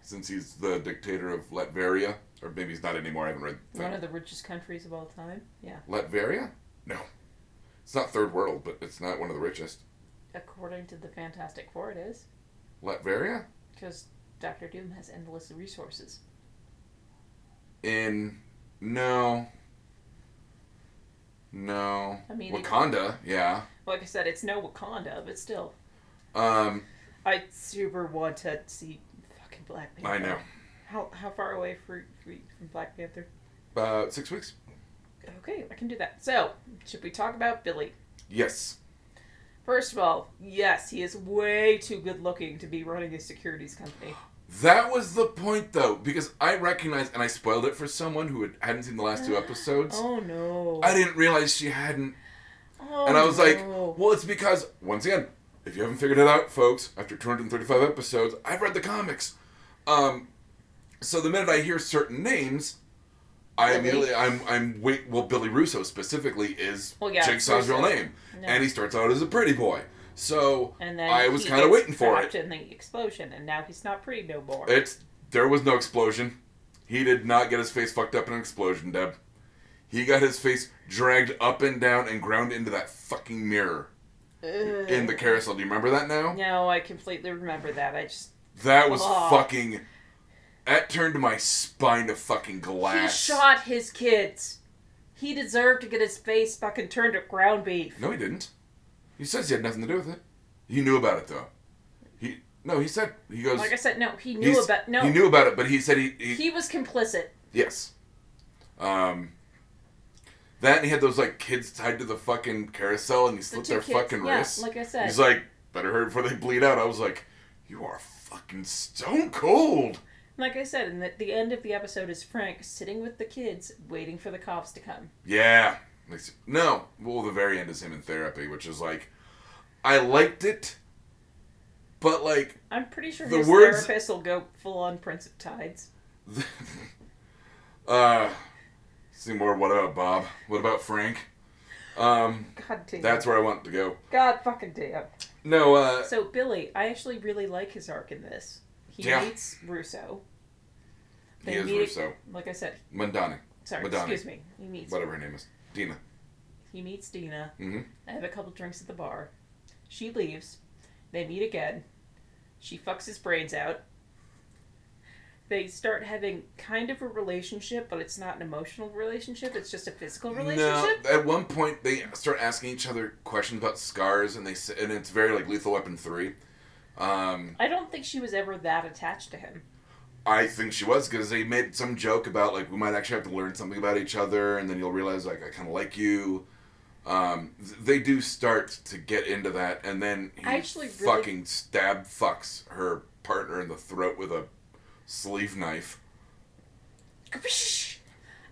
Speaker 1: since he's the dictator of Latveria, or maybe he's not anymore. I haven't read. the thing.
Speaker 2: One of the richest countries of all time. Yeah.
Speaker 1: Latveria? No. It's not third world, but it's not one of the richest.
Speaker 2: According to the Fantastic Four, it is.
Speaker 1: Latveria?
Speaker 2: Because Doctor Doom has endless resources.
Speaker 1: In no. No.
Speaker 2: I mean, it-
Speaker 1: Wakanda, yeah.
Speaker 2: Like I said, it's no Wakanda, but still,
Speaker 1: Um,
Speaker 2: I super want to see fucking Black Panther.
Speaker 1: I know.
Speaker 2: How how far away for, for from Black Panther?
Speaker 1: About six weeks.
Speaker 2: Okay, I can do that. So, should we talk about Billy?
Speaker 1: Yes.
Speaker 2: First of all, yes, he is way too good looking to be running a securities company.
Speaker 1: That was the point, though, because I recognized and I spoiled it for someone who had, hadn't seen the last two episodes.
Speaker 2: Oh no.
Speaker 1: I didn't realize she hadn't.
Speaker 2: oh,
Speaker 1: And I was like,
Speaker 2: no.
Speaker 1: well, it's because, once again, if you haven't figured it out, folks, after 235 episodes, I've read the comics. Um, so the minute I hear certain names, I
Speaker 2: Billy.
Speaker 1: immediately, I'm, I'm, wait, well, Billy Russo specifically is
Speaker 2: Well, yeah,
Speaker 1: Jigsaw's real
Speaker 2: Russo.
Speaker 1: name.
Speaker 2: No.
Speaker 1: And he starts out as a pretty boy. So
Speaker 2: And then
Speaker 1: I was
Speaker 2: he
Speaker 1: kind of
Speaker 2: gets
Speaker 1: waiting for it.
Speaker 2: trapped in the explosion, and now he's not pretty no more.
Speaker 1: It's there was no explosion. He did not get his face fucked up in an explosion, Deb. He got his face dragged up and down and ground into that fucking mirror
Speaker 2: Ugh.
Speaker 1: in the carousel. Do you remember that now?
Speaker 2: No, I completely remember that. I just
Speaker 1: That was
Speaker 2: Ugh.
Speaker 1: fucking. That turned my spine to fucking glass.
Speaker 2: he shot his kids. He deserved to get his face fucking turned to ground beef.
Speaker 1: No, he didn't. He says he had nothing to do with it. He knew about it though. He no, he said he goes.
Speaker 2: Like I said, no, he knew
Speaker 1: he's-
Speaker 2: about no.
Speaker 1: He knew about it, but he said he he,
Speaker 2: he was complicit.
Speaker 1: Yes. Um, that and he had those like kids tied to the fucking carousel, and he slipped
Speaker 2: two
Speaker 1: their
Speaker 2: kids,
Speaker 1: fucking
Speaker 2: yeah,
Speaker 1: wrists.
Speaker 2: like I said.
Speaker 1: he's like, better hurry before they bleed out. I was like, you are fucking stone cold.
Speaker 2: Like I said, and the, the end of the episode is Frank sitting with the kids, waiting for the cops to come.
Speaker 1: Yeah. Like, No. Well, the very end is him in therapy, which is like, I liked it, but like,
Speaker 2: I'm pretty sure
Speaker 1: The
Speaker 2: his
Speaker 1: words-
Speaker 2: therapist will go full on Prince of Tides.
Speaker 1: uh, Seymour, what about Bob? What about Frank? Um,
Speaker 2: God damn.
Speaker 1: that's where I want to go.
Speaker 2: God fucking damn.
Speaker 1: No. Uh,
Speaker 2: So Billy, I actually really like his arc in this. He
Speaker 1: Yeah.
Speaker 2: meets Russo.
Speaker 1: he is
Speaker 2: meet-
Speaker 1: Russo.
Speaker 2: Like I said,
Speaker 1: Mandani.
Speaker 2: sorry,
Speaker 1: Madonna.
Speaker 2: excuse me. He meets
Speaker 1: whatever her name is, Dina.
Speaker 2: he meets Dina.
Speaker 1: Mhm.
Speaker 2: They have a couple drinks at the bar. She leaves. They meet again. She fucks his brains out. They start having kind of a relationship, but it's not an emotional relationship. It's just a physical
Speaker 1: No,
Speaker 2: relationship.
Speaker 1: at one point they start asking each other questions about scars, and they s- and it's very like Lethal Weapon three. Um,
Speaker 2: I don't think she was ever that attached to him.
Speaker 1: I think she was because they made some joke about like we might actually have to learn something about each other, and then you'll realize like I kind of like you. Um, th- they do start to get into that, and then he
Speaker 2: I actually really-
Speaker 1: fucking stab fucks her partner in the throat with a sleeve knife.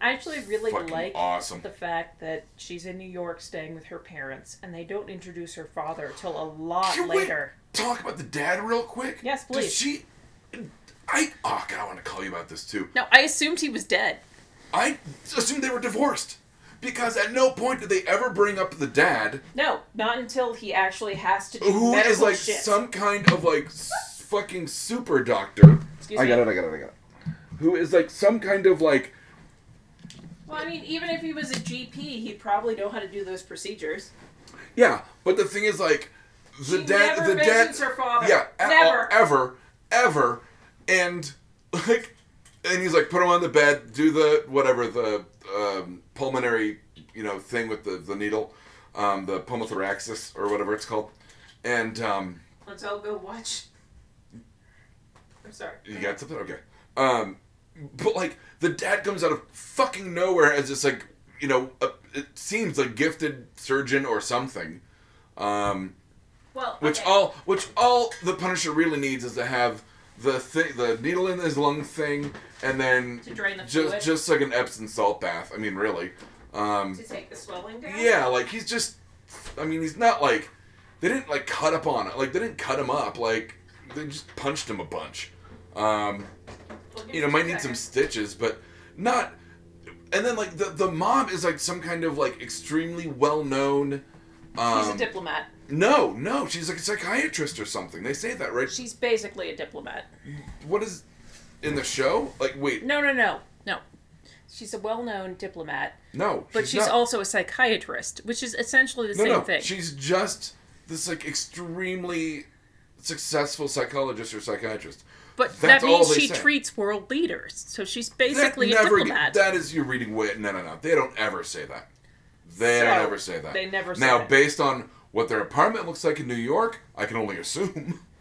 Speaker 2: I actually really
Speaker 1: Fucking
Speaker 2: like
Speaker 1: awesome.
Speaker 2: the fact that she's in New York staying with her parents, and they don't introduce her father till a lot
Speaker 1: Can we
Speaker 2: later.
Speaker 1: talk about the dad real quick?
Speaker 2: Yes,
Speaker 1: Does
Speaker 2: please.
Speaker 1: she? I oh god, I want to call you about this too.
Speaker 2: No, I assumed he was dead.
Speaker 1: I assumed they were divorced because at no point did they ever bring up the dad,
Speaker 2: No, not until he actually has to do
Speaker 1: who
Speaker 2: medical
Speaker 1: is like
Speaker 2: shit.
Speaker 1: some kind of like s- fucking super doctor.
Speaker 2: Excuse
Speaker 1: I
Speaker 2: me.
Speaker 1: got it. I got it. I got it. Who is like some kind of like
Speaker 2: Well, I mean, even if he was a GP, he'd probably know how to do those procedures.
Speaker 1: yeah? But the thing is like the
Speaker 2: She
Speaker 1: dad.
Speaker 2: never
Speaker 1: the dad.
Speaker 2: mentions her father.
Speaker 1: Yeah. oh, at all-
Speaker 2: Never.
Speaker 1: ever. Ever. And like, and he's like, put him on the bed, do the whatever the um, pulmonary, you know, thing with the the needle, um, the pulmothorax or whatever it's called, and um,
Speaker 2: Let's all go watch. I'm sorry.
Speaker 1: you got something okay. Um, but like the dad comes out of fucking nowhere as this like you know a, it seems like gifted surgeon or something. Um,
Speaker 2: Well,
Speaker 1: Which
Speaker 2: okay.
Speaker 1: all, which all the Punisher really needs is to have the thi- the needle in his lung thing, and then
Speaker 2: To drain the fluid.
Speaker 1: just just like an Epsom salt bath. I mean, really. Um,
Speaker 2: to take the swelling down.
Speaker 1: yeah, like he's just. I mean, he's not like they didn't like cut up on it. Like they didn't cut him up. Like they just punched him a bunch. Um,
Speaker 2: We'll give
Speaker 1: you
Speaker 2: it
Speaker 1: know,
Speaker 2: two
Speaker 1: might need some
Speaker 2: seconds.
Speaker 1: stitches, but not. And then like the the mom is like some kind of like extremely well known. Um,
Speaker 2: She's a diplomat.
Speaker 1: no, no, she's like a psychiatrist or something. They say that, right?
Speaker 2: She's basically a diplomat.
Speaker 1: What is in the show? Like, wait,
Speaker 2: No, no, no, no. She's a well-known diplomat,
Speaker 1: no,
Speaker 2: but she's,
Speaker 1: not-
Speaker 2: also a psychiatrist, which is essentially the
Speaker 1: no,
Speaker 2: same
Speaker 1: no.
Speaker 2: thing.
Speaker 1: She's just this like extremely successful psychologist or psychiatrist.
Speaker 2: But
Speaker 1: That's
Speaker 2: that means
Speaker 1: all they
Speaker 2: she
Speaker 1: say.
Speaker 2: treats world leaders. So she's
Speaker 1: That
Speaker 2: basically a
Speaker 1: never-
Speaker 2: diplomat.
Speaker 1: That is you reading way. No, no, no. They don't ever say that. They
Speaker 2: So,
Speaker 1: don't ever say that.
Speaker 2: they never say
Speaker 1: Now,
Speaker 2: that.
Speaker 1: based on what their apartment looks like in New York, I can only assume.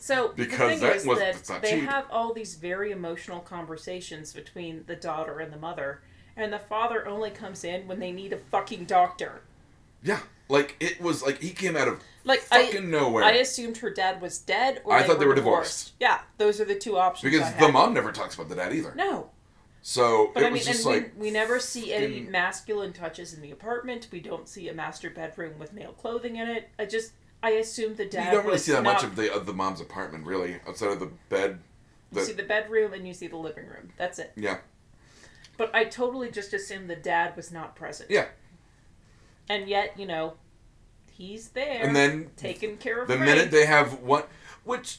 Speaker 2: So
Speaker 1: Because
Speaker 2: the
Speaker 1: that
Speaker 2: thing is
Speaker 1: was-
Speaker 2: that
Speaker 1: that's not
Speaker 2: they
Speaker 1: cheap.
Speaker 2: have all these very emotional conversations between the daughter and the mother, and the father only comes in when they need a fucking doctor.
Speaker 1: Yeah, like it was like he came out of
Speaker 2: Like
Speaker 1: fucking
Speaker 2: I,
Speaker 1: nowhere
Speaker 2: I assumed her dad was dead, or
Speaker 1: I
Speaker 2: they
Speaker 1: thought
Speaker 2: were
Speaker 1: they were
Speaker 2: divorced. Yeah, those are the two options. I
Speaker 1: because
Speaker 2: had.
Speaker 1: the mom never talks about the dad either.
Speaker 2: No,
Speaker 1: So
Speaker 2: but
Speaker 1: it
Speaker 2: I mean,
Speaker 1: was
Speaker 2: and
Speaker 1: just like
Speaker 2: we, we never see any
Speaker 1: fucking-
Speaker 2: masculine touches in the apartment. We don't see a master bedroom with male clothing in it. I just I assumed the dad.
Speaker 1: you don't really
Speaker 2: was
Speaker 1: see that much
Speaker 2: not-
Speaker 1: of the of the mom's apartment really outside of the bed.
Speaker 2: You
Speaker 1: the-
Speaker 2: see the bedroom and you see the living room. That's it.
Speaker 1: Yeah,
Speaker 2: But I totally just assumed the dad was not present.
Speaker 1: yeah.
Speaker 2: And yet, you know, he's there.
Speaker 1: And then
Speaker 2: taking care of
Speaker 1: the
Speaker 2: Frank.
Speaker 1: minute they have one, which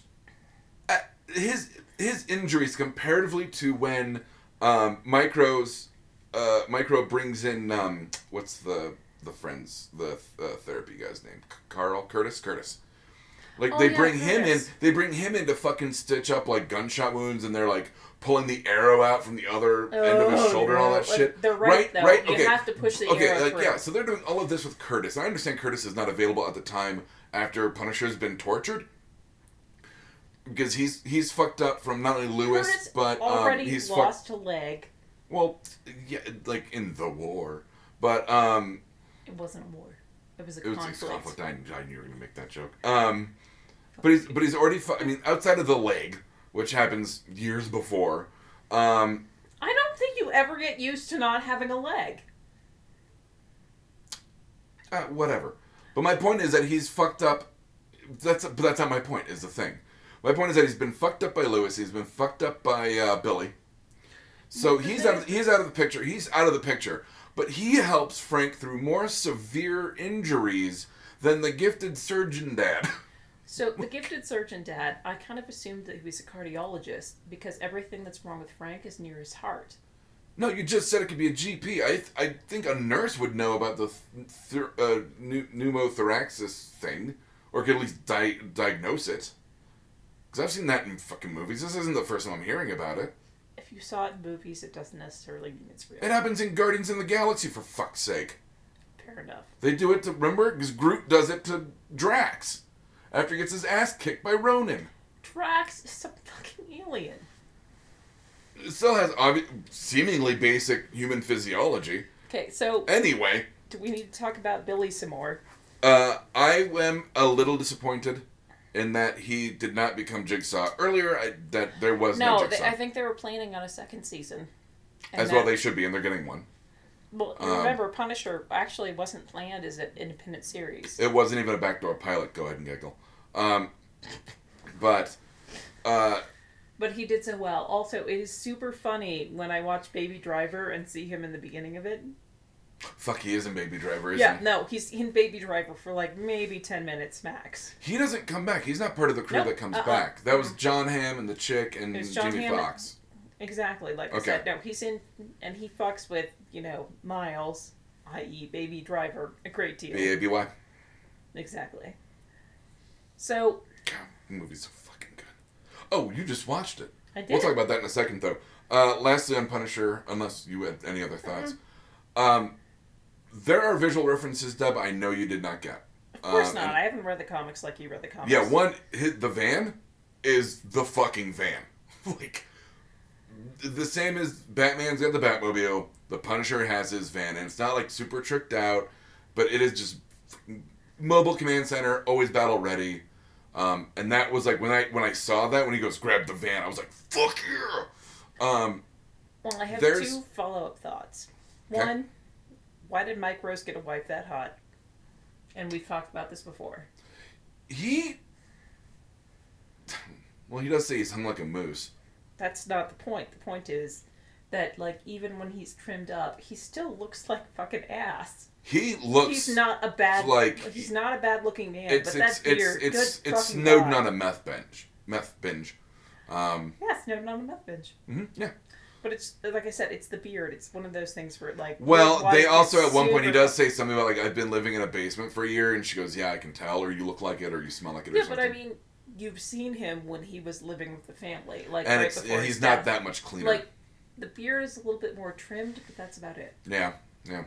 Speaker 1: uh, his his injuries comparatively to when um, micros uh, micro brings in um, what's the the friends the uh, therapy guy's name C- Carl Curtis Curtis. Like
Speaker 2: Oh,
Speaker 1: they
Speaker 2: yeah,
Speaker 1: bring him in,
Speaker 2: Curtis.
Speaker 1: they bring him in to fucking stitch up like gunshot wounds, and they're like pulling the arrow out from the other end of his
Speaker 2: Oh,
Speaker 1: shoulder and all
Speaker 2: no.
Speaker 1: that shit.
Speaker 2: They're right, though. You have to push the
Speaker 1: okay,
Speaker 2: arrow
Speaker 1: like,
Speaker 2: through.
Speaker 1: yeah. So they're doing all of this with Curtis. I understand Curtis is not available at the time after Punisher's been tortured. Because he's he's fucked up from not only Lewis,
Speaker 2: Curtis
Speaker 1: but um,
Speaker 2: already
Speaker 1: he's fucked.
Speaker 2: lost a leg.
Speaker 1: Well, yeah, like in the war, but um,
Speaker 2: It wasn't a war. It was a
Speaker 1: it was
Speaker 2: conflict.
Speaker 1: a conflict. I, I knew you were gonna make that joke. Um, but he's but he's already. Fu- I mean, outside of the leg, which happens years before. Um,
Speaker 2: I don't think you ever get used to not having a leg.
Speaker 1: Uh, whatever. But my point is that he's fucked up. That's but that's not my point. Is the thing. My point is that he's been fucked up by Lewis. He's been fucked up by uh, Billy. So he's out. Of, he's out of the picture. He's out of the picture. But he helps Frank through more severe injuries than the gifted surgeon dad.
Speaker 2: So the gifted surgeon dad, I kind of assumed that he was a cardiologist because everything that's wrong with Frank is near his heart.
Speaker 1: No, you just said it could be a GP. I th- I think a nurse would know about the th- th- uh, pneu- pneumothorax thing, or could at least di- diagnose it. Because I've seen that in fucking movies. This isn't the first time I'm hearing about it.
Speaker 2: If you saw it in movies, it doesn't necessarily mean it's real.
Speaker 1: It happens in Guardians of the Galaxy, for fuck's sake.
Speaker 2: Fair enough.
Speaker 1: They do it to, remember? Because Groot does it to Drax after he gets his ass kicked by Ronan.
Speaker 2: Drax is a fucking alien.
Speaker 1: It still has obvi- seemingly basic human physiology.
Speaker 2: Okay, so
Speaker 1: Anyway,
Speaker 2: do we need to talk about Billy some more?
Speaker 1: Uh, I am a little disappointed in that he did not become Jigsaw earlier. I, that there was no,
Speaker 2: No, they,
Speaker 1: Jigsaw,
Speaker 2: I think they were planning on a second season. And
Speaker 1: as well
Speaker 2: that-
Speaker 1: they should be, and they're getting one.
Speaker 2: Well,
Speaker 1: um,
Speaker 2: remember, Punisher actually wasn't planned as an independent series.
Speaker 1: It wasn't even a backdoor pilot. Go ahead and giggle. Um, but uh,
Speaker 2: But he did so well. Also, it is super funny when I watch Baby Driver and see him in the beginning of it.
Speaker 1: fuck, he is in Baby Driver, isn't
Speaker 2: Yeah,
Speaker 1: he?
Speaker 2: no, he's in Baby Driver for like maybe 10 minutes max.
Speaker 1: He doesn't come back. He's not part of the crew
Speaker 2: No,
Speaker 1: that comes
Speaker 2: uh-uh.
Speaker 1: back. That was John Hamm and the chick and
Speaker 2: It's John
Speaker 1: Jimmy
Speaker 2: Hamm and-
Speaker 1: Fox.
Speaker 2: Exactly, like I
Speaker 1: Okay.
Speaker 2: said, no, he's in, and he fucks with, you know, Miles, i.e., Baby Driver, a great deal.
Speaker 1: B A B Y.
Speaker 2: Exactly. So,
Speaker 1: God, the movie's so fucking good. Oh, you just watched it.
Speaker 2: I did.
Speaker 1: We'll talk about that in a second, though. Uh, lastly, on Punisher, unless you had any other thoughts, um, there are visual references, Deb. I know you did not get.
Speaker 2: Of course
Speaker 1: Uh,
Speaker 2: not.
Speaker 1: and-
Speaker 2: I haven't read the comics like you read the comics.
Speaker 1: yeah, one hit the van is the fucking van. like the same as Batman's got the Batmobile, the Punisher has his van, and it's not like super tricked out, but it is just mobile command center, always battle ready. Um, and that was like when I when I saw that when he goes grab the van, I was like fuck yeah. Um,
Speaker 2: Well, I have
Speaker 1: There's-
Speaker 2: two follow up thoughts.
Speaker 1: Okay.
Speaker 2: One, why did Mike Rose get a wife that hot? And we've talked about this before.
Speaker 1: he well he does say he's hung like a moose.
Speaker 2: That's not the point. The point is that, like, even when he's trimmed up, he still looks like fucking ass.
Speaker 1: He looks
Speaker 2: He's not a bad
Speaker 1: like-
Speaker 2: he's not a bad looking man,
Speaker 1: it's
Speaker 2: but that
Speaker 1: it's
Speaker 2: beard,
Speaker 1: it's it's
Speaker 2: good
Speaker 1: it's
Speaker 2: fucking
Speaker 1: snowed
Speaker 2: God.
Speaker 1: on a meth bench meth binge. Um,
Speaker 2: yeah, snowed on a meth bench.
Speaker 1: mhm, yeah.
Speaker 2: But it's like I said, it's the beard. It's one of those things where like
Speaker 1: Well,
Speaker 2: wife
Speaker 1: they
Speaker 2: is
Speaker 1: also at one point he
Speaker 2: super-
Speaker 1: does say something about like I've been living in a basement for a year, and she goes, "Yeah, I can tell," or "You look like it," or "You smell like it." Or
Speaker 2: Yeah, but
Speaker 1: something.
Speaker 2: I mean, you've seen him when he was living with the family, like
Speaker 1: and
Speaker 2: right
Speaker 1: it's
Speaker 2: before
Speaker 1: and
Speaker 2: his
Speaker 1: he's not
Speaker 2: death.
Speaker 1: that much cleaner.
Speaker 2: Like the beard is a little bit more trimmed, but that's about it.
Speaker 1: yeah, yeah.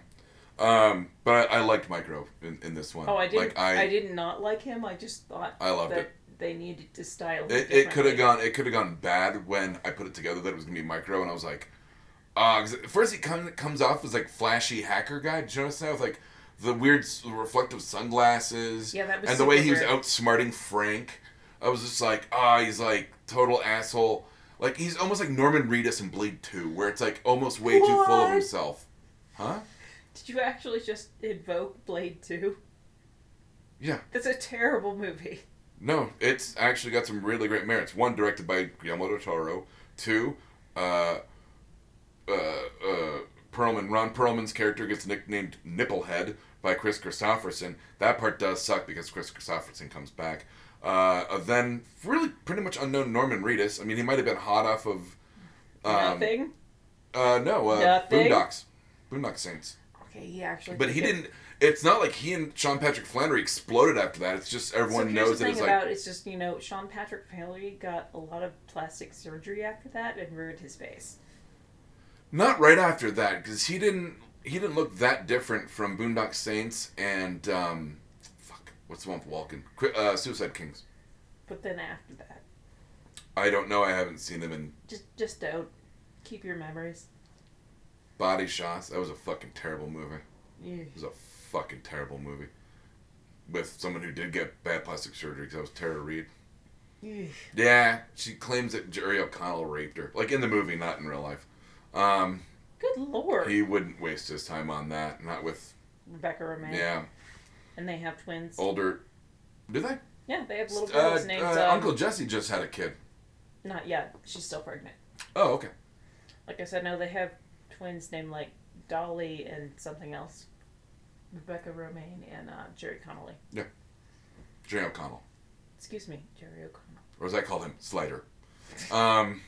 Speaker 1: Um, but I, I liked Micro in, in this one.
Speaker 2: Oh, I didn't.
Speaker 1: Like
Speaker 2: I,
Speaker 1: I,
Speaker 2: did not like him. I just thought
Speaker 1: I loved
Speaker 2: that
Speaker 1: it.
Speaker 2: they needed to style him.
Speaker 1: It, it could
Speaker 2: differently.
Speaker 1: have gone. It could have gone bad when I put it together that it was gonna be micro, and I was like, ah. 'cause at first, he come, comes off as like flashy hacker guy. Did you notice that with like the weird s- reflective sunglasses?
Speaker 2: Yeah, that was
Speaker 1: And the way
Speaker 2: super
Speaker 1: he was
Speaker 2: weird.
Speaker 1: outsmarting Frank, I was just like, ah, he's like total asshole. Like he's almost like Norman Reedus in Bleed Two, where it's like almost way too full of
Speaker 2: What?
Speaker 1: himself. Huh?
Speaker 2: Did you actually just invoke Blade Two?
Speaker 1: Yeah.
Speaker 2: That's a terrible movie.
Speaker 1: No, it's actually got some really great merits. One, directed by Guillermo del Toro. Two, uh, uh, uh, Perlman, Ron Perlman's character gets nicknamed Nipplehead by Chris Christopherson. That part does suck because Chris Christopherson comes back. Uh, uh, then, really pretty much unknown Norman Reedus. I mean, he might have been hot off of. Um,
Speaker 2: Nothing.
Speaker 1: Uh, no, uh,
Speaker 2: Nothing?
Speaker 1: Boondocks. Boondock Saints.
Speaker 2: Okay, he actually.
Speaker 1: But
Speaker 2: did
Speaker 1: he
Speaker 2: get-
Speaker 1: didn't. It's not like he and Sean Patrick Flannery exploded after that. It's just everyone
Speaker 2: so here's
Speaker 1: knows
Speaker 2: the
Speaker 1: it
Speaker 2: thing
Speaker 1: as like.
Speaker 2: about it's just you know Sean Patrick Flannery got a lot of plastic surgery after that and ruined his face.
Speaker 1: Not right after that, because he didn't he didn't look that different from Boondock Saints and um, fuck, what's the one with Walken? Qui- Uh, Suicide Kings.
Speaker 2: But then after that,
Speaker 1: I don't know. I haven't seen them in
Speaker 2: just just don't keep your memories.
Speaker 1: Body Shots. That was a fucking terrible movie.
Speaker 2: Ew.
Speaker 1: It was a fucking terrible movie with someone who did get bad plastic surgery. Because that was Tara Reid.
Speaker 2: Ew.
Speaker 1: Yeah, she claims that Jerry O'Connell raped her, like in the movie, not in real life. Um,
Speaker 2: Good lord,
Speaker 1: he wouldn't waste his time on that. Not with
Speaker 2: Rebecca Romaine.
Speaker 1: yeah
Speaker 2: And they have twins.
Speaker 1: older. Did they?
Speaker 2: Yeah, they have little
Speaker 1: Uh,
Speaker 2: girls named
Speaker 1: uh,
Speaker 2: um,
Speaker 1: Uncle Jesse just had a kid.
Speaker 2: Not yet. She's still pregnant.
Speaker 1: Oh, okay.
Speaker 2: Like I said, no, they have twins named like Dolly and something else. Rebecca Romaine and uh, Jerry Connolly.
Speaker 1: Jerry O'Connell,
Speaker 2: Excuse me, Jerry O'Connell.
Speaker 1: or as I call him, Slider. Um,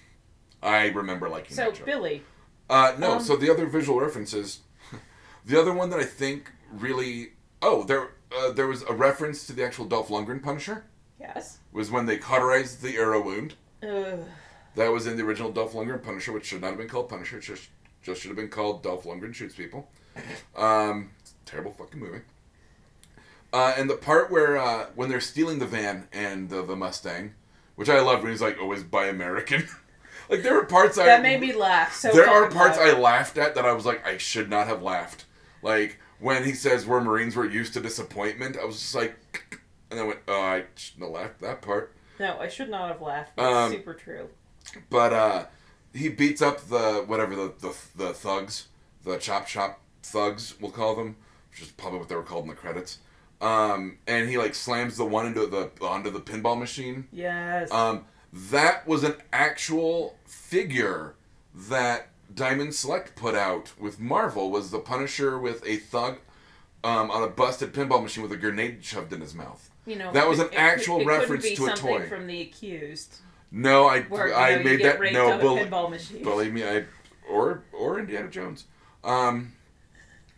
Speaker 1: I remember liking
Speaker 2: So
Speaker 1: that joke.
Speaker 2: Billy,
Speaker 1: uh, no,
Speaker 2: um,
Speaker 1: so the other visual references, the other one that I think really, oh, there, uh, there was a reference to the actual Dolph Lundgren Punisher
Speaker 2: yes.
Speaker 1: was when they cauterized the arrow wound.
Speaker 2: Ugh.
Speaker 1: That was in the original Dolph Lundgren Punisher, which should not have been called Punisher. It just, just should have been called Dolph Lundgren Shoots People. Um, terrible fucking movie. Uh, and the part where uh, when they're stealing the van and the, the Mustang, which I love when he's like, always buy American. like there were parts I
Speaker 2: That made me laugh. So
Speaker 1: there are
Speaker 2: fucking
Speaker 1: parts
Speaker 2: loud.
Speaker 1: I laughed at that I was like, I should not have laughed. Like when he says we're Marines, we're used to disappointment. I was just like, and I went, oh, I shouldn't have laughed at that part.
Speaker 2: No, I should not have laughed. That's
Speaker 1: Um,
Speaker 2: super true.
Speaker 1: But uh, he beats up the whatever the, the the thugs, the chop chop thugs, we'll call them, which is probably what they were called in the credits. Um, and he like slams the one into the onto the pinball machine.
Speaker 2: Yes.
Speaker 1: Um, that was an actual figure that Diamond Select put out with Marvel. Was the Punisher with a thug um, on a busted pinball machine with a grenade shoved in his mouth?
Speaker 2: you know
Speaker 1: that was an
Speaker 2: it- it could-
Speaker 1: actual
Speaker 2: it couldn't
Speaker 1: reference
Speaker 2: be
Speaker 1: to a
Speaker 2: something
Speaker 1: toy.
Speaker 2: from the accused.
Speaker 1: No, I
Speaker 2: Where you
Speaker 1: I
Speaker 2: know, you
Speaker 1: made
Speaker 2: get
Speaker 1: that
Speaker 2: raped
Speaker 1: no
Speaker 2: on
Speaker 1: bel-
Speaker 2: a pinball machine.
Speaker 1: Believe me, I or or Indiana Jones. Um,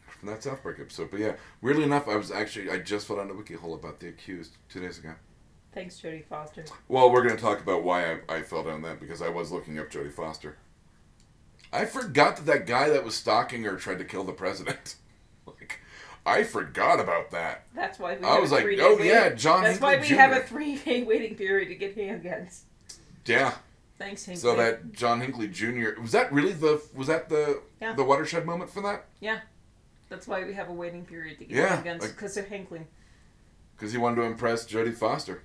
Speaker 1: from that South Park episode. But yeah, weirdly enough, I was actually I just fell down a wiki hole about the accused two days ago.
Speaker 2: Thanks, Jodie Foster.
Speaker 1: Well, we're gonna talk about why I, I fell down that because I was looking up Jodie Foster. I forgot that that guy that was stalking her tried to kill the president. like, I forgot about that.
Speaker 2: That's why we.
Speaker 1: I
Speaker 2: have
Speaker 1: was
Speaker 2: a
Speaker 1: like,
Speaker 2: three-day
Speaker 1: oh,
Speaker 2: waiting-
Speaker 1: yeah, John
Speaker 2: That's why we
Speaker 1: Hinckley
Speaker 2: have a
Speaker 1: Jr..
Speaker 2: three-day waiting period to get handguns.
Speaker 1: Yeah.
Speaker 2: Thanks, Hinckley.
Speaker 1: So that John Hinckley Jr. was that really the was that the
Speaker 2: Yeah.
Speaker 1: the watershed moment for that?
Speaker 2: That's why we have a waiting period to get
Speaker 1: Yeah,
Speaker 2: handguns
Speaker 1: like-
Speaker 2: because of Hinckley.
Speaker 1: Because he wanted to impress Jodie Foster.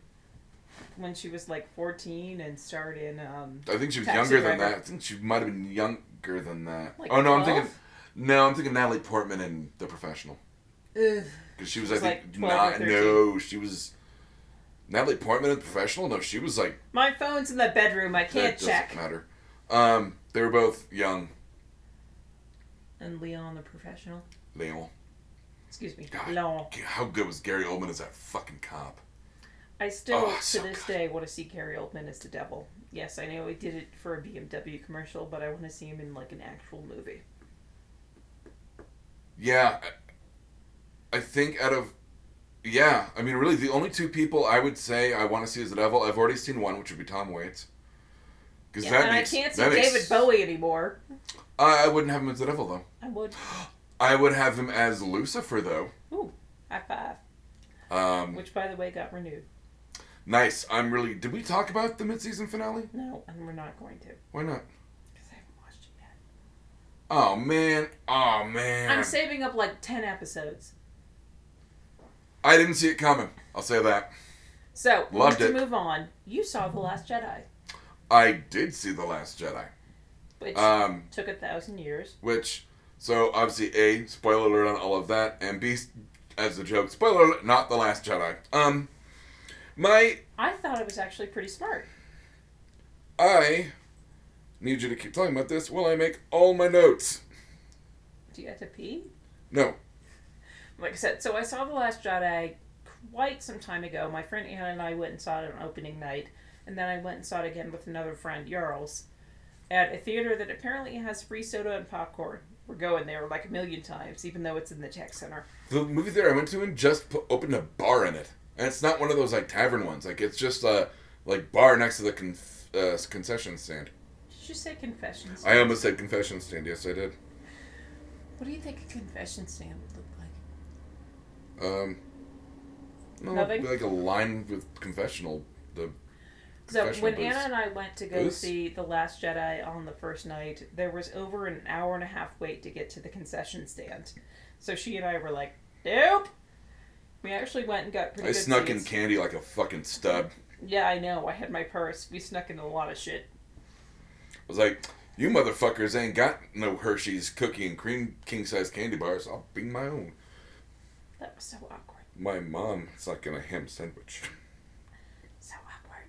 Speaker 2: When she was like 14 and starred in um,
Speaker 1: I think she was
Speaker 2: Taxi
Speaker 1: younger than
Speaker 2: driver.
Speaker 1: that. I think she might have been younger than that.
Speaker 2: like.
Speaker 1: oh no, I'm
Speaker 2: 12?
Speaker 1: thinking no, I'm thinking Natalie Portman in The Professional
Speaker 2: Ugh,
Speaker 1: because she was,
Speaker 2: was,
Speaker 1: I think
Speaker 2: like, 12 or
Speaker 1: not no, she was Natalie Portman in The Professional. No, she was like
Speaker 2: my phone's in the bedroom. I
Speaker 1: that
Speaker 2: can't
Speaker 1: doesn't
Speaker 2: check.
Speaker 1: matter. Um, they were both young.
Speaker 2: And Leon the professional.
Speaker 1: Leon,
Speaker 2: Excuse me,
Speaker 1: God.
Speaker 2: Leon.
Speaker 1: how good was Gary Oldman as that fucking cop?
Speaker 2: I still,
Speaker 1: Oh,
Speaker 2: to
Speaker 1: so
Speaker 2: this
Speaker 1: good.
Speaker 2: day, want to see Gary Oldman as the devil. Yes, I know he did it for a BMW commercial, but I want to see him in like an actual movie.
Speaker 1: Yeah, I, I think out of Yeah, I mean, really, the only two people I would say I want to see as the devil, I've already seen one, which would be Tom Waits. Because
Speaker 3: Yeah,
Speaker 1: that
Speaker 2: and
Speaker 1: makes
Speaker 2: I can't see
Speaker 1: that
Speaker 2: David
Speaker 1: makes-
Speaker 2: Bowie anymore.
Speaker 1: I, I wouldn't have him as the devil though.
Speaker 2: I would.
Speaker 1: I would have him as Lucifer though.
Speaker 2: Ooh, high five.
Speaker 1: Um,
Speaker 2: Which, by the way, got renewed.
Speaker 1: nice. I'm really. Did we talk about the midseason finale?
Speaker 2: No, and we're not going to
Speaker 1: Why not?
Speaker 2: because I haven't watched it yet.
Speaker 1: Oh man. Oh man.
Speaker 2: I'm saving up like ten episodes.
Speaker 1: I didn't see it coming. I'll say that.
Speaker 2: So
Speaker 1: Loved
Speaker 2: let's
Speaker 1: it.
Speaker 2: move on. You saw the Last Jedi,
Speaker 1: I did see the Last Jedi.
Speaker 2: which
Speaker 1: Um,
Speaker 2: took a thousand years.
Speaker 1: which so obviously a spoiler alert on all of that, and B as a joke spoiler alert, not the Last Jedi. Um, my
Speaker 2: I thought it was actually pretty smart.
Speaker 1: I need you to keep talking about this while I make all my notes.
Speaker 2: Do you have to pee?
Speaker 1: No.
Speaker 2: Like I said, so I saw the Last Jedi quite some time ago. My friend Anna and I went and saw it on opening night, and then I went and saw it again with another friend, Jarl's, at a theater that apparently has free soda and popcorn. We're going there like a million times, even though it's in the tech center.
Speaker 1: The movie theater I went to and just pu- opened a bar in it, and it's not one of those like tavern ones. Like it's just a like bar next to the con- uh, concession stand.
Speaker 2: Did you say confessions?
Speaker 1: I almost said confession stand. Yes, I did.
Speaker 2: What do you think a confession stand would look like?
Speaker 1: Um, no,
Speaker 2: Nothing?
Speaker 1: like a line with confessional. The
Speaker 2: So
Speaker 1: Confessional
Speaker 2: when
Speaker 1: booths.
Speaker 2: Anna and I went to go
Speaker 1: Booths?
Speaker 2: see The Last Jedi on the first night, there was over an hour and a half wait to get to the concession stand. So she and I were like, "Nope." We actually went and got pretty.
Speaker 1: I
Speaker 2: good
Speaker 1: snuck in
Speaker 2: seats.
Speaker 1: candy like a fucking stub.
Speaker 2: Yeah, I know. I had my purse. We snuck in a lot of shit.
Speaker 1: I was like, "You motherfuckers ain't got no Hershey's cookie and cream king size candy bars. I'll bring my own."
Speaker 2: That was so awkward.
Speaker 1: My mom sucking a ham sandwich.
Speaker 2: So awkward.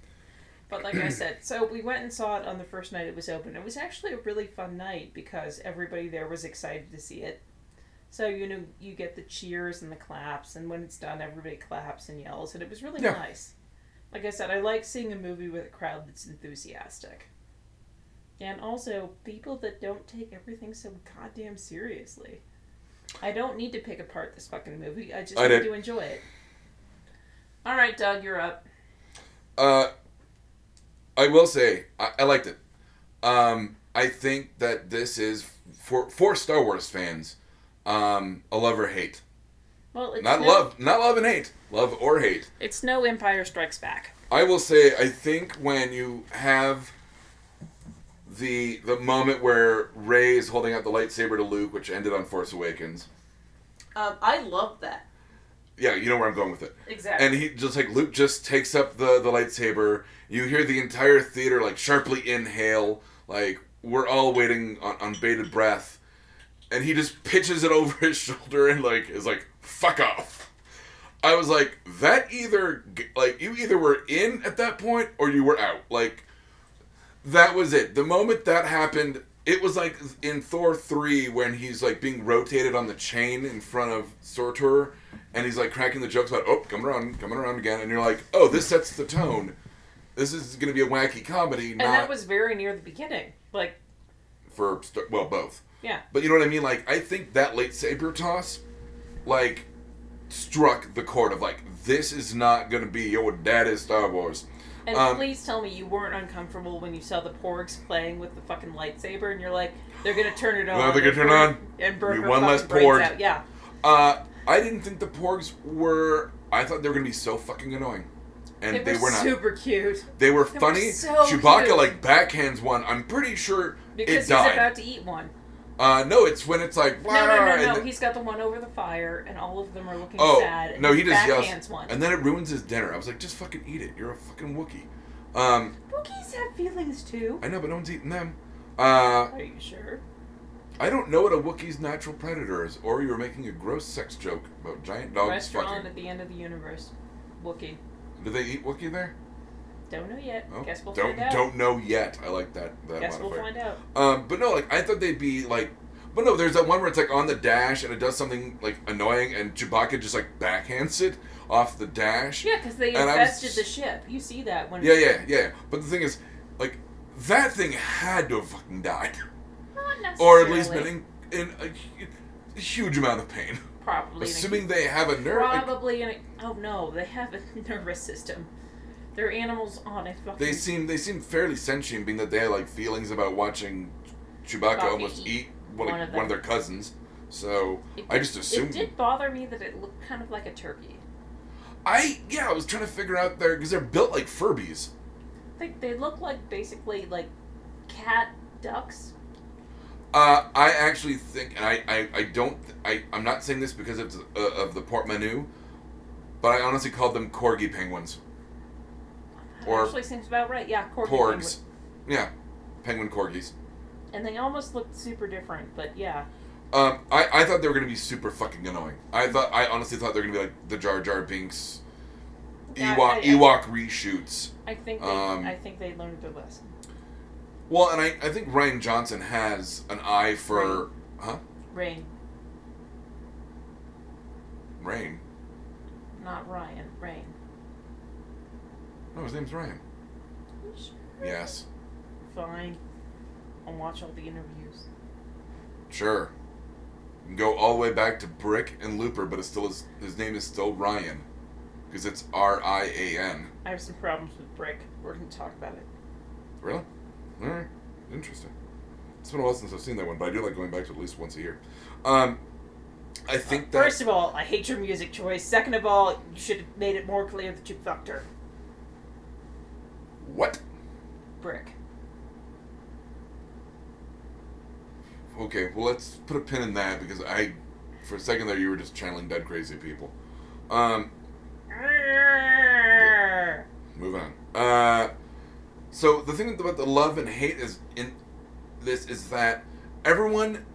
Speaker 2: But like I said, so we went and saw it on the first night it was open. It was actually a really fun night because everybody there was excited to see it. So you know you get the cheers and the claps, and when it's done, everybody claps and yells, and it was really
Speaker 1: Yeah.
Speaker 2: nice. Like I said, I like seeing a movie with a crowd that's enthusiastic, and also people that don't take everything so goddamn seriously. I don't need to pick apart this fucking movie. I just
Speaker 1: I
Speaker 2: need
Speaker 1: did.
Speaker 2: to enjoy it. All right, Doug, you're up.
Speaker 1: Uh, I will say I, I liked it. Um, I think that this is for for Star Wars fans, um, a love or hate.
Speaker 2: Well, it's
Speaker 1: Not
Speaker 2: no-
Speaker 1: love, not love and hate. Love or hate.
Speaker 2: It's no Empire Strikes Back.
Speaker 1: I will say I think when you have the the moment where Ray is holding out the lightsaber to Luke, which ended on Force Awakens.
Speaker 2: Um, I love that.
Speaker 1: Yeah, you know where I'm going with it.
Speaker 2: Exactly.
Speaker 1: and he just like Luke just takes up the the lightsaber. You hear the entire theater like sharply inhale, like we're all waiting on, on bated breath, and he just pitches it over his shoulder and like is like fuck off. I was like that either g- like you either were in at that point or you were out. Like that was it. The moment that happened. It was like in Thor 3 when he's like being rotated on the chain in front of Surtur and he's like cracking the jokes about oh coming around coming around again and you're like oh this sets the tone this is going to be a wacky comedy
Speaker 2: And that
Speaker 1: not
Speaker 2: was very near the beginning. Like,
Speaker 1: for st- well both
Speaker 2: yeah.
Speaker 1: but you know what i mean like i think that late saber toss like struck the chord of like this is not going to be your dad is star wars
Speaker 2: And
Speaker 1: Um,
Speaker 2: please tell me you weren't uncomfortable when you saw the porgs playing with the fucking lightsaber, and you're like, they're gonna turn it on.
Speaker 1: they're gonna
Speaker 2: and
Speaker 1: turn it
Speaker 2: burn-
Speaker 1: on.
Speaker 2: And burn
Speaker 1: Be
Speaker 2: her
Speaker 1: one
Speaker 2: fucking
Speaker 1: less
Speaker 2: brains
Speaker 1: porg.
Speaker 2: out. Yeah.
Speaker 1: uh i didn't think the porgs were i thought they were going to be so fucking annoying and
Speaker 2: They,
Speaker 1: they,
Speaker 2: were,
Speaker 1: were not
Speaker 2: super cute
Speaker 1: they were
Speaker 2: were
Speaker 1: funny
Speaker 2: so
Speaker 1: chewbacca
Speaker 2: cute.
Speaker 1: like backhands one i'm pretty sure
Speaker 2: because
Speaker 1: it
Speaker 2: he's
Speaker 1: died
Speaker 2: about to eat one.
Speaker 1: uh no it's when it's like
Speaker 2: No, no,
Speaker 1: "Wah,"
Speaker 2: no,
Speaker 1: and
Speaker 2: no.
Speaker 1: then-
Speaker 2: he's got the one over the fire, and all of them are looking
Speaker 1: Oh
Speaker 2: sad. and
Speaker 1: no, he just
Speaker 2: backhands
Speaker 1: yells,
Speaker 2: one.
Speaker 1: and then it ruins his dinner. I was like, just fucking eat it. You're a fucking Wookie. Um,
Speaker 2: Wookiees have feelings too.
Speaker 1: I know, but no one's eating them. Uh,
Speaker 2: Are you sure?
Speaker 1: I don't know what a Wookiee's natural predator is, or you were making a gross sex joke about giant dogs
Speaker 2: Restaurant
Speaker 1: fucking.
Speaker 2: at the end of the universe. Wookie.
Speaker 1: Do they eat Wookiee there?
Speaker 2: Don't know yet.
Speaker 1: No.
Speaker 2: Guess we'll
Speaker 1: Oh, don't
Speaker 2: find out.
Speaker 1: don't know yet. I like that that
Speaker 2: Guess we'll
Speaker 1: modifier.
Speaker 2: find out.
Speaker 1: Um, but no, like I thought they'd be like, but no, there's that one where it's like on the dash and it does something like annoying, and Chewbacca just like backhands it off the dash.
Speaker 2: Yeah, because they
Speaker 1: And I was-
Speaker 2: infested the ship. You see that when
Speaker 1: Yeah, yeah, yeah. But the thing is, like, that thing had to have fucking died,
Speaker 2: Not
Speaker 1: or at least
Speaker 2: necessarily.
Speaker 1: been in, in a, hu- huge amount of pain.
Speaker 2: probably
Speaker 1: Assuming they have a nerve. like,
Speaker 2: probably in a, oh no they have a nervous system they're animals on a fucking
Speaker 1: they seem they seem fairly sentient, being that they had like feelings about watching Chewbacca
Speaker 2: Buffy
Speaker 1: almost
Speaker 2: eat
Speaker 1: eat one,
Speaker 2: one
Speaker 1: of,
Speaker 2: of
Speaker 1: one of their cousins. So
Speaker 2: It-
Speaker 1: I just
Speaker 2: it
Speaker 1: assumed.
Speaker 2: did bother me that it looked kind of like a turkey
Speaker 1: I yeah, I was trying to figure out there because they're built like Furbies.
Speaker 2: like they look like basically like cat ducks
Speaker 1: Uh, I actually think, and I, I, I don't, I, I'm not saying this because of, the- uh, of the portmanteau, but I honestly called them corgi penguins.
Speaker 2: That
Speaker 1: Or
Speaker 2: actually seems about right yeah corgi
Speaker 1: Porgs. Yeah, penguin corgis.
Speaker 2: penguin. and they almost looked super different but yeah
Speaker 1: Um, I, I thought they were going to be super fucking annoying. I thought, I honestly thought they were going to be like the Jar Jar Binks,
Speaker 2: Yeah,
Speaker 1: Ewok,
Speaker 2: I- I-
Speaker 1: Ewok reshoots.
Speaker 2: I think they,
Speaker 1: Um,
Speaker 2: I think they learned their lesson
Speaker 1: Well, and I, I think Ryan Johnson has an eye for, huh?
Speaker 2: rain
Speaker 1: Rain.
Speaker 2: not Ryan rain
Speaker 1: No, his name's Ryan. Yes.
Speaker 2: fine I'll watch all the interviews
Speaker 1: Sure. You can go all the way back to Brick and Looper, but it's still his, his name is still Ryan. Because it's R I A N.
Speaker 2: I have some problems with brick we're gonna talk about it
Speaker 1: Really? Alright. Interesting. It's been a while since I've seen that one, but I do like going back to it at least once a year. Um, I think that.
Speaker 2: Uh, First of all, I hate your music choice. Second of all, you should have made it more clear that you fucked her.
Speaker 1: what?
Speaker 2: Brick.
Speaker 1: Okay, well, let's put a pin in that because I. For a second there, you were just channeling dead crazy people. Um, Move on. Uh, so the thing about the love and hate is in this is that everyone,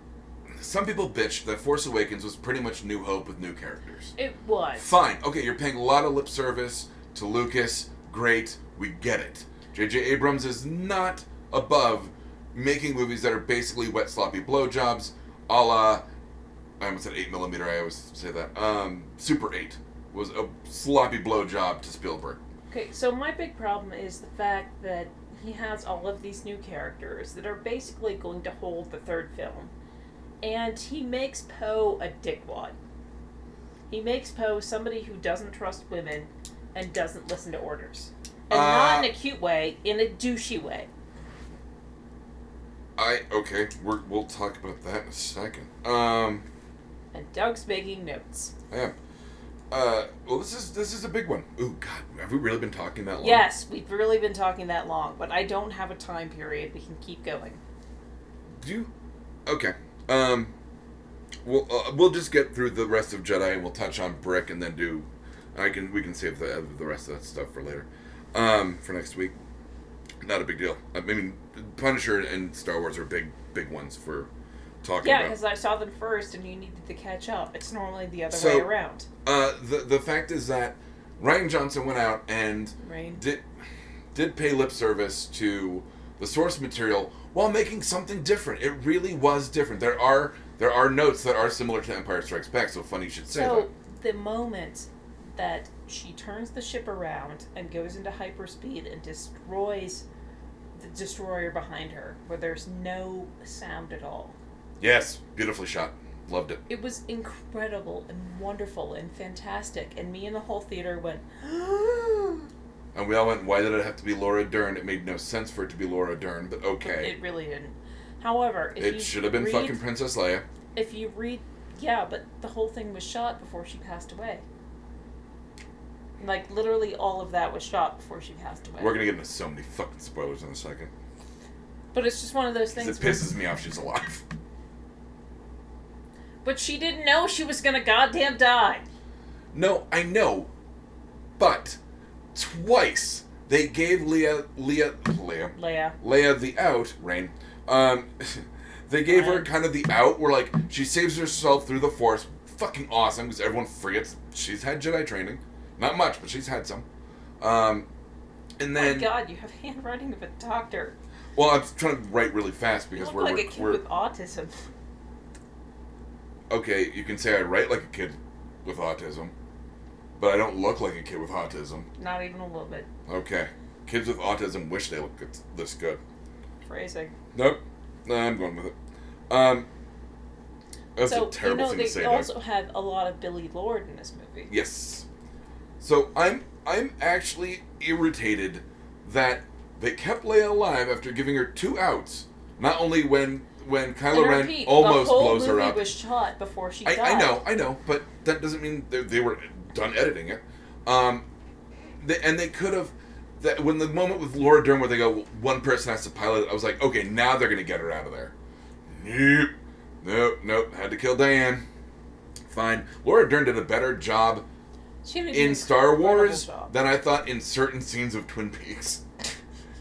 Speaker 1: some people bitch that Force Awakens was pretty much New Hope with new characters.
Speaker 2: It was.
Speaker 1: Fine, okay, you're paying a lot of lip service to Lucas. Great, we get it. J.J. Abrams is not above making movies that are basically wet, sloppy blowjobs, a la. I almost said 8 millimeter. I always say that. Um, Super 8 was a sloppy blowjob to Spielberg.
Speaker 2: Okay, so my big problem is the fact that he has all of these new characters that are basically going to hold the third film. And he makes Poe a dickwad. He makes Poe somebody who doesn't trust women and doesn't listen to orders. And not in a cute way, in a douchey way.
Speaker 1: I okay. We're, we'll talk about that in a second. Um,
Speaker 2: And Doug's making notes.
Speaker 1: I am. Uh, well, this is this is a big one. Ooh, God, have we really been talking that long?
Speaker 2: Yes, we've really been talking that long, but I don't have a time period. We can keep going.
Speaker 1: Do you? Okay. Um, we'll uh, we'll just get through the rest of Jedi and we'll touch on Brick and then do. I can we can save the the rest of that stuff for later, um, for next week. Not a big deal. I mean, Punisher and Star Wars are big big ones for talking
Speaker 2: Yeah,
Speaker 1: about.
Speaker 2: because I saw them first and you needed to catch up. It's normally the other
Speaker 1: So-
Speaker 2: way around.
Speaker 1: Uh, the the fact is that Ryan Johnson went out and
Speaker 2: Rain.
Speaker 1: did did pay lip service to the source material while making something different. It really was different. There are there are notes that are similar to Empire Strikes Back, so funny you should say
Speaker 2: So, the moment that she turns the ship around and goes into hyperspeed and destroys the destroyer behind her, where there's no sound at all,
Speaker 1: that. Yes, beautifully shot. Loved it.
Speaker 2: it was incredible and wonderful and fantastic. And me and the whole theater went,
Speaker 1: And we all went, why did it have to be Laura Dern? It made no sense for it to be Laura Dern, but okay.
Speaker 2: it really didn't. However, if
Speaker 1: It,
Speaker 2: you
Speaker 1: should have been
Speaker 2: read
Speaker 1: fucking Princess Leia.
Speaker 2: if you read yeah but the whole thing was shot before she passed away like literally all of that was shot before she passed away
Speaker 1: We're gonna get into so many fucking spoilers in a second.
Speaker 2: but it's just one of those
Speaker 1: 'Cause
Speaker 2: things
Speaker 1: It pisses me off she's alive.
Speaker 2: but she didn't know she was gonna goddamn die
Speaker 1: No, I know. But twice they gave Leah Leah Leah
Speaker 2: leia
Speaker 1: Leia the out, Rain. Um they gave her kind of the out where like she saves herself through the force. Fucking awesome because everyone forgets she's had Jedi training. Not much, but she's had some. Um and
Speaker 2: Oh my
Speaker 1: then
Speaker 2: god you have handwriting of a doctor
Speaker 1: well I'm trying to write really fast
Speaker 2: you
Speaker 1: because we're
Speaker 2: look like a
Speaker 1: we're,
Speaker 2: kid
Speaker 1: we're
Speaker 2: with autism
Speaker 1: okay, you can say I write like a kid with autism, but I don't look like a kid with autism.
Speaker 2: not even a little bit
Speaker 1: Okay. Kids with autism wish they looked good- this good.
Speaker 2: phrasing
Speaker 1: Nope. Nah, I'm going with it. Um, That's
Speaker 2: so
Speaker 1: a terrible
Speaker 2: you know
Speaker 1: thing
Speaker 2: they
Speaker 1: to say. Doug.
Speaker 2: also had a lot of Billy Lord in this movie.
Speaker 1: Yes. So I'm I'm actually irritated that they kept Leia alive after giving her two outs. Not only when when Kylo
Speaker 2: and
Speaker 1: Ren
Speaker 2: repeat,
Speaker 1: almost
Speaker 2: the whole
Speaker 1: blows
Speaker 2: movie
Speaker 1: her up.
Speaker 2: was shot before she died.
Speaker 1: I, I know, I know, but that doesn't mean they, they were done editing it. Um, they, and they could have. That when the moment with Laura Dern where they go, one person has to pilot it. I was like, okay, now they're gonna get her out of there. Nope, nope, nope. Had to kill Diane. Fine. Laura Dern did a better job
Speaker 2: She did an
Speaker 1: in Star
Speaker 2: incredible
Speaker 1: Wars
Speaker 2: job.
Speaker 1: than I thought in certain scenes of Twin Peaks.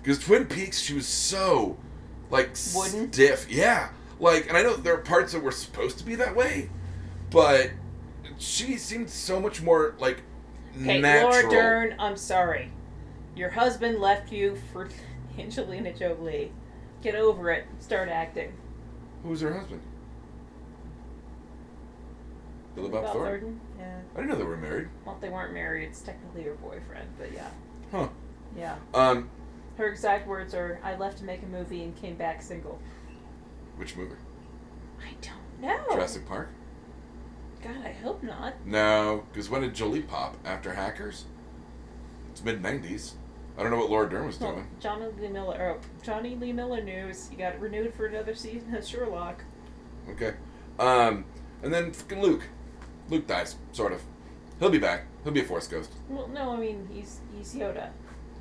Speaker 1: Because Twin Peaks, she was so like
Speaker 2: Wooden?
Speaker 1: stiff. Yeah, like, and I know there are parts that were supposed to be that way, but she seemed so much more like
Speaker 2: Okay,
Speaker 1: natural.
Speaker 2: Laura Dern, I'm sorry. Your husband left you for Angelina Jolie. Get over it. Start acting.
Speaker 1: Who was her husband? Billy Bob
Speaker 2: Bob
Speaker 1: Thornton.
Speaker 2: Thornton? Yeah.
Speaker 1: I didn't know they were married.
Speaker 2: Well, they weren't married. It's technically her boyfriend, but yeah.
Speaker 1: Huh.
Speaker 2: Yeah.
Speaker 1: Um,
Speaker 2: Her exact words are I left to make a movie and came back single.
Speaker 1: which movie?
Speaker 2: I don't know.
Speaker 1: Jurassic Park?
Speaker 2: God, I hope not.
Speaker 1: No, because when did Jolie pop? After Hackers? It's mid '90s. I don't know what Laura Dern was
Speaker 2: Well,
Speaker 1: doing.
Speaker 2: Johnny Lee Miller. Oh, Johnny Lee Miller news. He got renewed for another season of Sherlock.
Speaker 1: Okay, um, and then fucking Luke. Luke dies, sort of. He'll be back. He'll be a Force ghost.
Speaker 2: Well, no, I mean he's he's Yoda.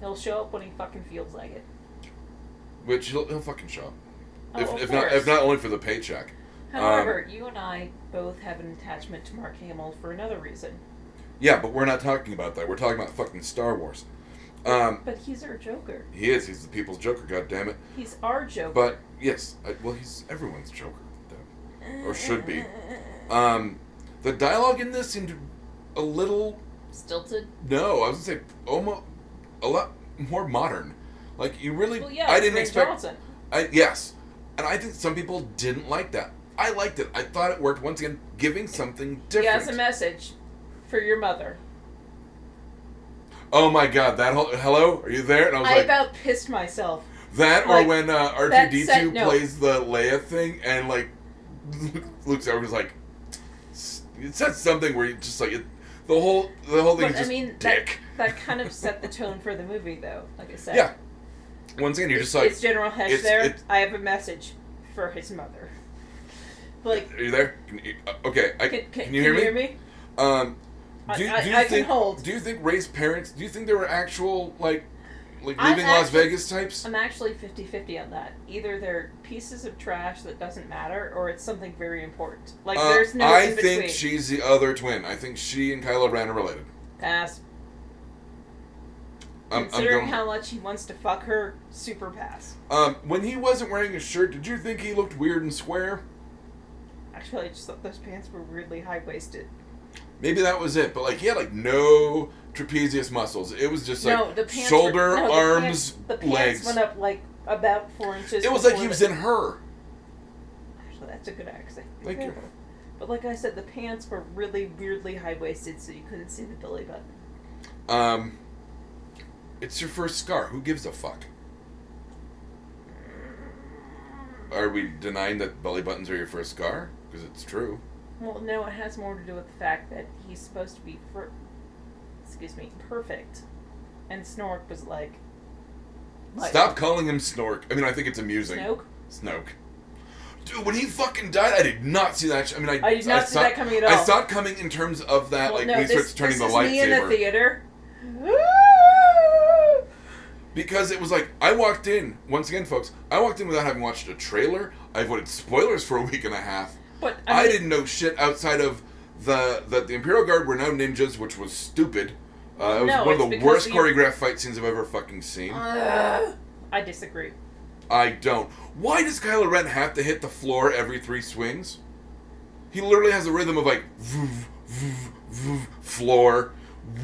Speaker 2: He'll show up when he fucking feels like it.
Speaker 1: Which he'll, he'll fucking show up.
Speaker 2: Oh,
Speaker 1: if
Speaker 2: of
Speaker 1: if
Speaker 2: course.
Speaker 1: not if not um, only for the paycheck.
Speaker 2: However, you and I both have an attachment to Mark Hamill for another reason.
Speaker 1: Yeah, but we're not talking about that. We're talking about fucking Star Wars. Um,
Speaker 2: But he's our Joker.
Speaker 1: he is. He's the people's Joker. God damn it.
Speaker 2: He's our Joker.
Speaker 1: But yes, I, well, he's everyone's Joker. Though. or should be. Um, the dialogue in this seemed a little
Speaker 2: Stilted.
Speaker 1: No, I was gonna say almost a lot more modern. Like you really,
Speaker 2: Well, yeah.
Speaker 1: I didn't
Speaker 2: Ray
Speaker 1: expect.
Speaker 2: Johnson.
Speaker 1: I yes, and I think some people didn't like that. I liked it. I thought it worked. Once again, giving something
Speaker 2: He
Speaker 1: different.
Speaker 2: has a message for your mother.
Speaker 1: oh my god, that whole hello, are you there? And I was
Speaker 2: I
Speaker 1: like,
Speaker 2: about pissed myself.
Speaker 1: that
Speaker 2: like,
Speaker 1: or when uh, R two
Speaker 2: that
Speaker 1: D two
Speaker 2: set- no.
Speaker 1: plays the Leia thing, and like Luke Skywalker's like, s- it said something where you just like it, the whole the whole thing.
Speaker 2: But
Speaker 1: is
Speaker 2: I
Speaker 1: just
Speaker 2: mean, that,
Speaker 1: dick.
Speaker 2: that kind of set the tone for the movie, though. Like I said.
Speaker 1: yeah. Once again, you're just like,
Speaker 2: it's General Hesh
Speaker 1: it's-
Speaker 2: there.
Speaker 1: it's-
Speaker 2: I have a message for his mother. Like,
Speaker 1: Are you there? Can you, uh, okay, I,
Speaker 2: can, can,
Speaker 1: can you hear me? Um,
Speaker 2: I-
Speaker 1: do, you-
Speaker 2: I-
Speaker 1: do you
Speaker 2: I can
Speaker 1: think,
Speaker 2: hold.
Speaker 1: Do you think Ray's parents? Do you think they were actual like, like
Speaker 2: I'm
Speaker 1: leaving Las
Speaker 2: actually-
Speaker 1: Vegas types?
Speaker 2: I'm actually 50-50 on that. Either they're pieces of trash that doesn't matter, or it's something very important. Like,
Speaker 1: Uh,
Speaker 2: there's no
Speaker 1: I
Speaker 2: in between.
Speaker 1: think she's the other twin. I think she and Kylo Ren are related.
Speaker 2: Pass.
Speaker 1: I'm, I'm
Speaker 2: Considering
Speaker 1: going-
Speaker 2: how much he wants to fuck her, super pass.
Speaker 1: um, when he wasn't wearing his shirt, did you think he looked weird and square?
Speaker 2: Actually, I just thought those pants were weirdly high-waisted.
Speaker 1: Maybe that was it. But like, he had like no trapezius muscles. It was just like
Speaker 2: no, the pants were-
Speaker 1: shoulder,
Speaker 2: no, the
Speaker 1: arms,
Speaker 2: pants- the pants
Speaker 1: legs.
Speaker 2: went up, like, about four inches.
Speaker 1: it was like
Speaker 2: before
Speaker 1: he was
Speaker 2: the-
Speaker 1: in her.
Speaker 2: Actually, that's a good accent.
Speaker 1: Thank you.
Speaker 2: But like I said, the pants were really weirdly high waisted, so you couldn't see the belly button.
Speaker 1: Um, it's your first scar. Who gives a fuck? Are we denying that belly buttons are your first scar? Because it's true.
Speaker 2: Well, no, it has more to do with the fact that he's supposed to be, per- excuse me, perfect, and Snork was like, like
Speaker 1: Stop calling him Snork. I mean, I think it's amusing.
Speaker 2: Snoke.
Speaker 1: Snoke. Dude, when he fucking died, I did not see that. Sh- I mean, I
Speaker 2: I did Oh, not see
Speaker 1: saw-
Speaker 2: that coming at
Speaker 1: I
Speaker 2: all.
Speaker 1: saw it coming in terms of that,
Speaker 2: Well,
Speaker 1: like
Speaker 2: no,
Speaker 1: when he
Speaker 2: this,
Speaker 1: starts turning
Speaker 2: this
Speaker 1: the
Speaker 2: is me in a
Speaker 1: lightsaber.
Speaker 2: theater.
Speaker 1: because it was like I walked in once again, folks. I walked in without having watched a trailer. I avoided spoilers for a week and a half.
Speaker 2: But I,
Speaker 1: I,
Speaker 2: mean,
Speaker 1: didn't know shit outside of the that the Imperial Guard were now ninjas, which was stupid. Uh, it was
Speaker 2: No,
Speaker 1: one
Speaker 2: it's
Speaker 1: of the
Speaker 2: because
Speaker 1: worst
Speaker 2: the- Uh,
Speaker 1: choreographed fight scenes I've ever fucking seen.
Speaker 2: Ugh. I disagree.
Speaker 1: I don't. Why does Kylo Ren have to hit the floor every three swings? He literally has a rhythm of like vroom, vroom, vroom, floor.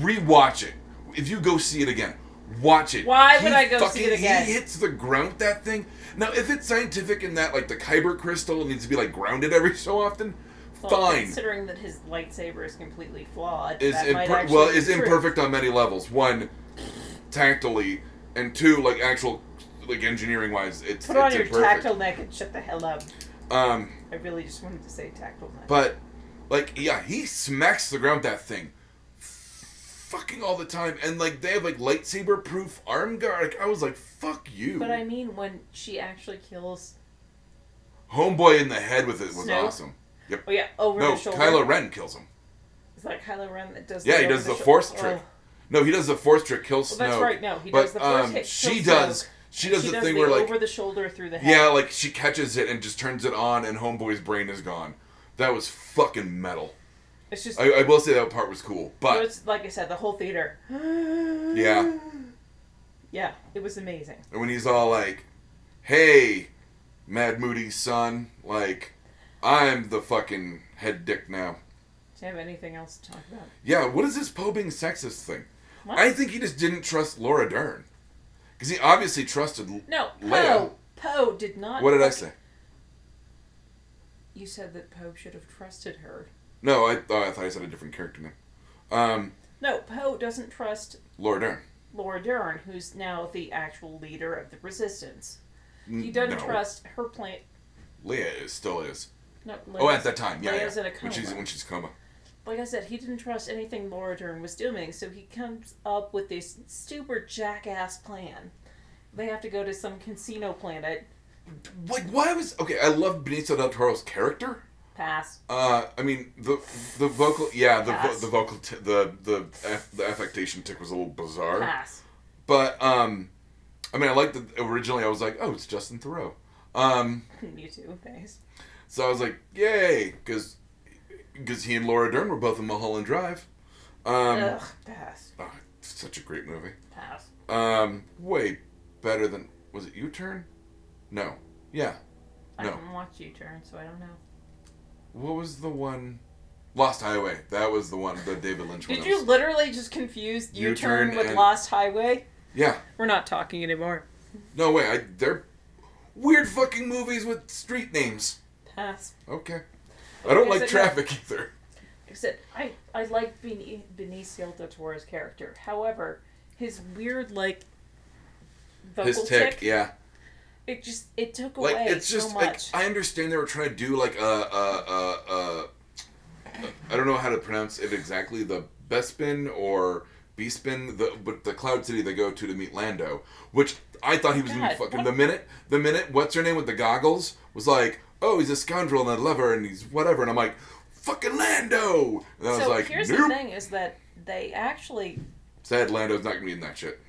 Speaker 1: Rewatch it. If you go see it again, watch it.
Speaker 2: Why would
Speaker 1: He
Speaker 2: I go see it again?
Speaker 1: He hits the ground with that thing. Now, if it's scientific in that like the Kyber crystal needs to be like grounded every so often,
Speaker 2: Well,
Speaker 1: fine.
Speaker 2: Considering that his lightsaber is completely flawed,
Speaker 1: is
Speaker 2: that might
Speaker 1: imper-
Speaker 2: actually
Speaker 1: well
Speaker 2: be
Speaker 1: is
Speaker 2: true.
Speaker 1: imperfect on many levels. One, tactily, and two, like actual, like engineering wise, it's
Speaker 2: Put on
Speaker 1: it's
Speaker 2: your
Speaker 1: imperfect.
Speaker 2: tactile neck and shut the hell up.
Speaker 1: Um,
Speaker 2: I really just wanted to say tactfulness.
Speaker 1: but like, yeah, he smacks the ground with that thing, fucking all the time. And like, they have like lightsaber proof arm guard. Like, I was like, fuck you,
Speaker 2: But I mean, when she actually kills,
Speaker 1: homeboy in the head with it was
Speaker 2: Snoke?
Speaker 1: awesome. Yep.
Speaker 2: oh yeah, over
Speaker 1: No,
Speaker 2: the shoulder.
Speaker 1: Kylo Ren kills him.
Speaker 2: It's like Kylo Ren that does.
Speaker 1: Yeah, he
Speaker 2: over
Speaker 1: does the
Speaker 2: shou-
Speaker 1: force
Speaker 2: oh.
Speaker 1: trick. No, he does the force trick, kills
Speaker 2: Well, that's
Speaker 1: Snoke,
Speaker 2: right, no, he
Speaker 1: but
Speaker 2: does the force
Speaker 1: um,
Speaker 2: hit,
Speaker 1: she
Speaker 2: kills
Speaker 1: does.
Speaker 2: Snoke.
Speaker 1: She does
Speaker 2: she
Speaker 1: the
Speaker 2: does
Speaker 1: thing
Speaker 2: the
Speaker 1: where like
Speaker 2: over the shoulder through the head.
Speaker 1: Yeah, like she catches it and just turns it on, and Homeboy's brain is gone. That was fucking metal.
Speaker 2: it's just
Speaker 1: I, I will say that part was cool,
Speaker 2: it
Speaker 1: but
Speaker 2: was, like I said, the whole theater.
Speaker 1: yeah,
Speaker 2: Yeah, it was amazing.
Speaker 1: and when he's all like, "Hey, Mad Moody's son, like, I'm the fucking head dick now."
Speaker 2: Do you have anything else to talk about?
Speaker 1: Yeah, what is this Poe being sexist thing?
Speaker 2: What?
Speaker 1: I think he just didn't trust Laura Dern because he obviously trusted. L-
Speaker 2: No,
Speaker 1: Leia.
Speaker 2: Poe. Poe did not.
Speaker 1: What did I
Speaker 2: fuck-
Speaker 1: say?
Speaker 2: You said that Poe should have trusted her.
Speaker 1: No, I, oh, I thought I said a different character name. Um,
Speaker 2: No, Poe doesn't trust
Speaker 1: Laura Dern.
Speaker 2: Laura Dern, who's now the actual leader of the resistance.
Speaker 1: N-
Speaker 2: He doesn't
Speaker 1: Mm, no.
Speaker 2: trust her plan.
Speaker 1: Leia is, still is.
Speaker 2: No,
Speaker 1: Oh, at that time, yeah,
Speaker 2: Leia's
Speaker 1: yeah.
Speaker 2: in a coma.
Speaker 1: When she's when she's coma.
Speaker 2: like I said, he didn't trust anything Laura Dern was doing, so he comes up with this super jackass plan. They have to go to some casino planet.
Speaker 1: Like, why was okay? I love Benicio del Toro's character.
Speaker 2: Pass.
Speaker 1: Uh, I mean the the vocal, yeah, the vo-
Speaker 2: Pass.
Speaker 1: the vocal, t- the the aff- the affectation tick was a little bizarre,
Speaker 2: Pass.
Speaker 1: but um, I mean, I liked that originally. I was like, oh, it's Justin Thoreau. Um,
Speaker 2: you too. Thanks.
Speaker 1: so I was like, yay, because he and Laura Dern were both in Mulholland Drive. Um,
Speaker 2: Ugh. Pass.
Speaker 1: oh, it's such a great movie.
Speaker 2: Pass.
Speaker 1: Um, way better than was it U Turn? No, yeah,
Speaker 2: I
Speaker 1: No.
Speaker 2: didn't watch U Turn, so I don't know.
Speaker 1: What was the one? Lost Highway. That was the one, the David Lynch one.
Speaker 2: Did
Speaker 1: that
Speaker 2: you
Speaker 1: was-
Speaker 2: literally just confuse U
Speaker 1: U-turn
Speaker 2: Turn with
Speaker 1: and-
Speaker 2: Lost Highway?
Speaker 1: Yeah.
Speaker 4: We're not talking anymore.
Speaker 1: No way. I, they're weird fucking movies with street names.
Speaker 2: Pass.
Speaker 1: Okay. I don't
Speaker 2: Okay,
Speaker 1: like
Speaker 2: so-
Speaker 1: traffic either.
Speaker 2: Except I, I like Beni- Benicio del Toro's character. However, his weird like vocal
Speaker 1: His tick, yeah.
Speaker 2: it just it took away
Speaker 1: Like it's just
Speaker 2: so
Speaker 1: like
Speaker 2: much.
Speaker 1: I understand they were trying to do like a a a a. I don't know how to pronounce it exactly. The Bespin or Bespin, the but the Cloud City they go to to meet Lando, which I thought he was gonna be
Speaker 2: God,
Speaker 1: fucking
Speaker 2: what-
Speaker 1: the minute the minute what's her name with the goggles was like, oh he's a scoundrel and a lover and he's whatever and I'm like, fucking Lando. And I was
Speaker 2: so
Speaker 1: like,
Speaker 2: here's
Speaker 1: nope.
Speaker 2: the thing: is that they actually
Speaker 1: Sad Lando's not gonna be in that shit.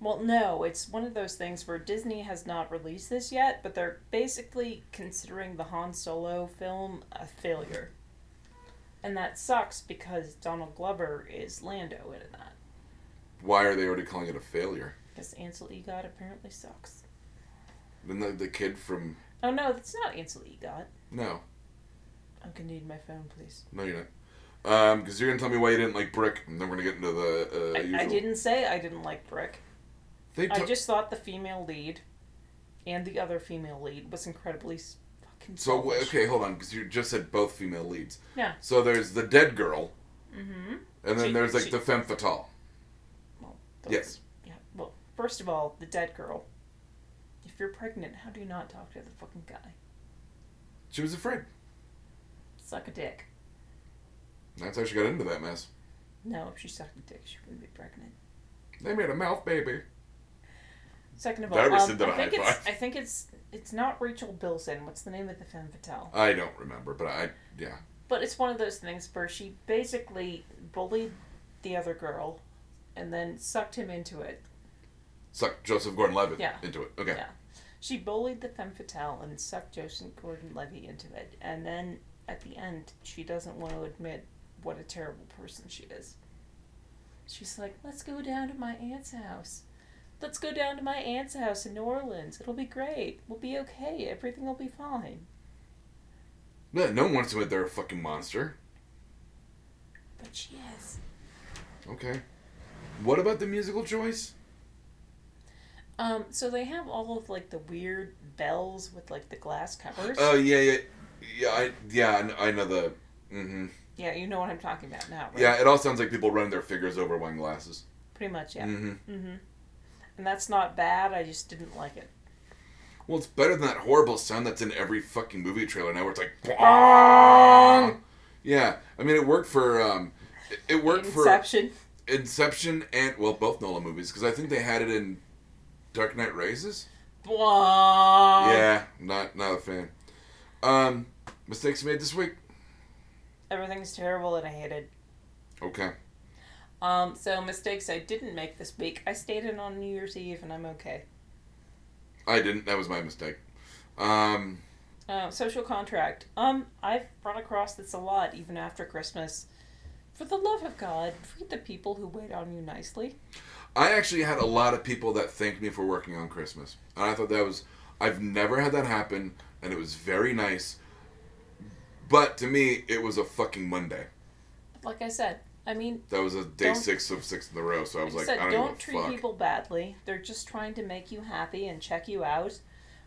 Speaker 2: well, no, it's one of those things where Disney has not released this yet, but they're basically considering the Han Solo film a failure, and that sucks because Donald Glover is Lando in that
Speaker 1: Why are they already calling it a failure?
Speaker 2: because Ansel Elgort apparently sucks.
Speaker 1: Then the, the kid from
Speaker 2: Oh no, that's not Ansel Elgort.
Speaker 1: no,
Speaker 2: I'm gonna need my phone, please.
Speaker 1: no you're not. Um, because you're gonna tell me why you didn't like Brick, and then we're gonna get into the uh,
Speaker 2: I,
Speaker 1: usual.
Speaker 2: I didn't say I didn't like Brick.
Speaker 1: They
Speaker 2: I
Speaker 1: to-
Speaker 2: just thought the female lead and the other female lead was incredibly s- fucking
Speaker 1: So w-
Speaker 2: selfish.
Speaker 1: okay, hold on, because you just said both female leads.
Speaker 2: Yeah.
Speaker 1: So there's the dead girl,
Speaker 2: Mm-hmm.
Speaker 1: and then
Speaker 2: She-
Speaker 1: there's like
Speaker 2: she-
Speaker 1: the femme fatale.
Speaker 2: Well,
Speaker 1: Yes.
Speaker 2: Yeah. Well, first of all, the dead girl. If you're pregnant, how do you not talk to the fucking guy?
Speaker 1: She was afraid.
Speaker 2: Suck a dick.
Speaker 1: That's how she got into that mess.
Speaker 2: No, if she sucked a dick, she wouldn't be pregnant.
Speaker 1: They made a mouth baby.
Speaker 2: Second of all,
Speaker 1: That
Speaker 2: um, I
Speaker 1: rescinded a
Speaker 2: think
Speaker 1: high
Speaker 2: it's
Speaker 1: five.
Speaker 2: I think it's it's not Rachel Bilson. What's the name of the femme fatale?
Speaker 1: I don't remember, but I yeah.
Speaker 2: But it's one of those things where she basically bullied the other girl, and then sucked him into it.
Speaker 1: Sucked Joseph Gordon-Levitt
Speaker 2: Yeah.
Speaker 1: into it. Okay.
Speaker 2: Yeah. She bullied the femme fatale and sucked Joseph Gordon-Levy into it, and then at the end, she doesn't want to admit what a terrible person she is. She's like, "Let's go down to my aunt's house. Let's go down to my aunt's house in New Orleans. It'll be great. We'll be okay. Everything will be fine."
Speaker 1: Yeah, no one wants to admit they're a fucking monster.
Speaker 2: But she is.
Speaker 1: Okay. What about the musical choice?
Speaker 2: Um. So they have all of like the weird bells with like the glass covers.
Speaker 1: Oh yeah, yeah, yeah. I yeah, I kn- I know the. hmm
Speaker 2: yeah, you know what I'm talking about now, right?
Speaker 1: Yeah, it all sounds like people running their fingers over wine glasses.
Speaker 2: Pretty much, yeah.
Speaker 1: hmm
Speaker 2: Mm-hmm. And that's not bad. I just didn't like it.
Speaker 1: Well, it's better than that horrible sound that's in every fucking movie trailer now, where it's like, "Bong!" yeah. I mean, it worked for um, it, it worked
Speaker 2: Inception.
Speaker 1: for Inception and well, both Nolan movies because I think they had it in Dark Knight Rises.
Speaker 2: Blah.
Speaker 1: yeah, not not a fan. Um, mistakes made this week.
Speaker 2: Everything's terrible and I hate it.
Speaker 1: Okay.
Speaker 2: Um, so mistakes I didn't make this week. I stayed in on New Year's Eve and I'm okay.
Speaker 1: I didn't. That was my mistake. Um,
Speaker 2: Uh, social contract. Um, I've run across this a lot, even after Christmas. For the love of God, treat the people who wait on you nicely.
Speaker 1: I actually had a lot of people that thanked me for working on Christmas. And I thought that was, I've never had that happen, and it was very nice. But to me, it was a fucking Monday.
Speaker 2: Like I said, I mean,
Speaker 1: That was a day
Speaker 2: Don't-
Speaker 1: six of six in the row, so I was
Speaker 2: like I
Speaker 1: like,
Speaker 2: said,
Speaker 1: I don't,
Speaker 2: don't,
Speaker 1: give a
Speaker 2: treat
Speaker 1: fuck.
Speaker 2: people badly. They're just trying to make you happy and check you out,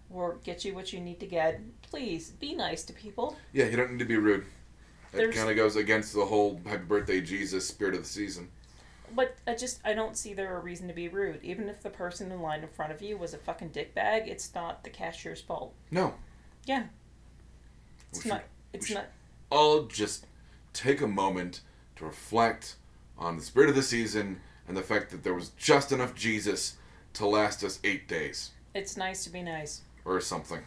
Speaker 2: or get you what you need to get. Please be nice to people.
Speaker 1: Yeah, you don't need to be rude. It
Speaker 2: There's-
Speaker 1: kind of goes against the whole happy birthday, Jesus, spirit of the season.
Speaker 2: But I just I don't see there a reason to be rude. Even if the person in line in front of you was a fucking dickbag, it's not the cashier's fault.
Speaker 1: No.
Speaker 2: Yeah.
Speaker 1: We
Speaker 2: It's
Speaker 1: should
Speaker 2: not. It's
Speaker 1: should-
Speaker 2: not.
Speaker 1: all just take a moment to reflect on the spirit of the season and the fact that there was just enough Jesus to last us eight days
Speaker 2: It's nice to be nice.
Speaker 1: or something.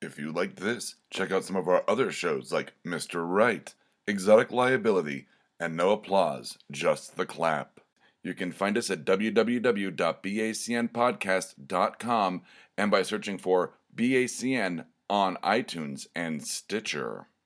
Speaker 5: If you liked this, check out some of our other shows like Mr. Right, Exotic Liability, and No Applause, Just the Clap. You can find us at www.bacnpodcast.com and by searching for BACN on iTunes and Stitcher.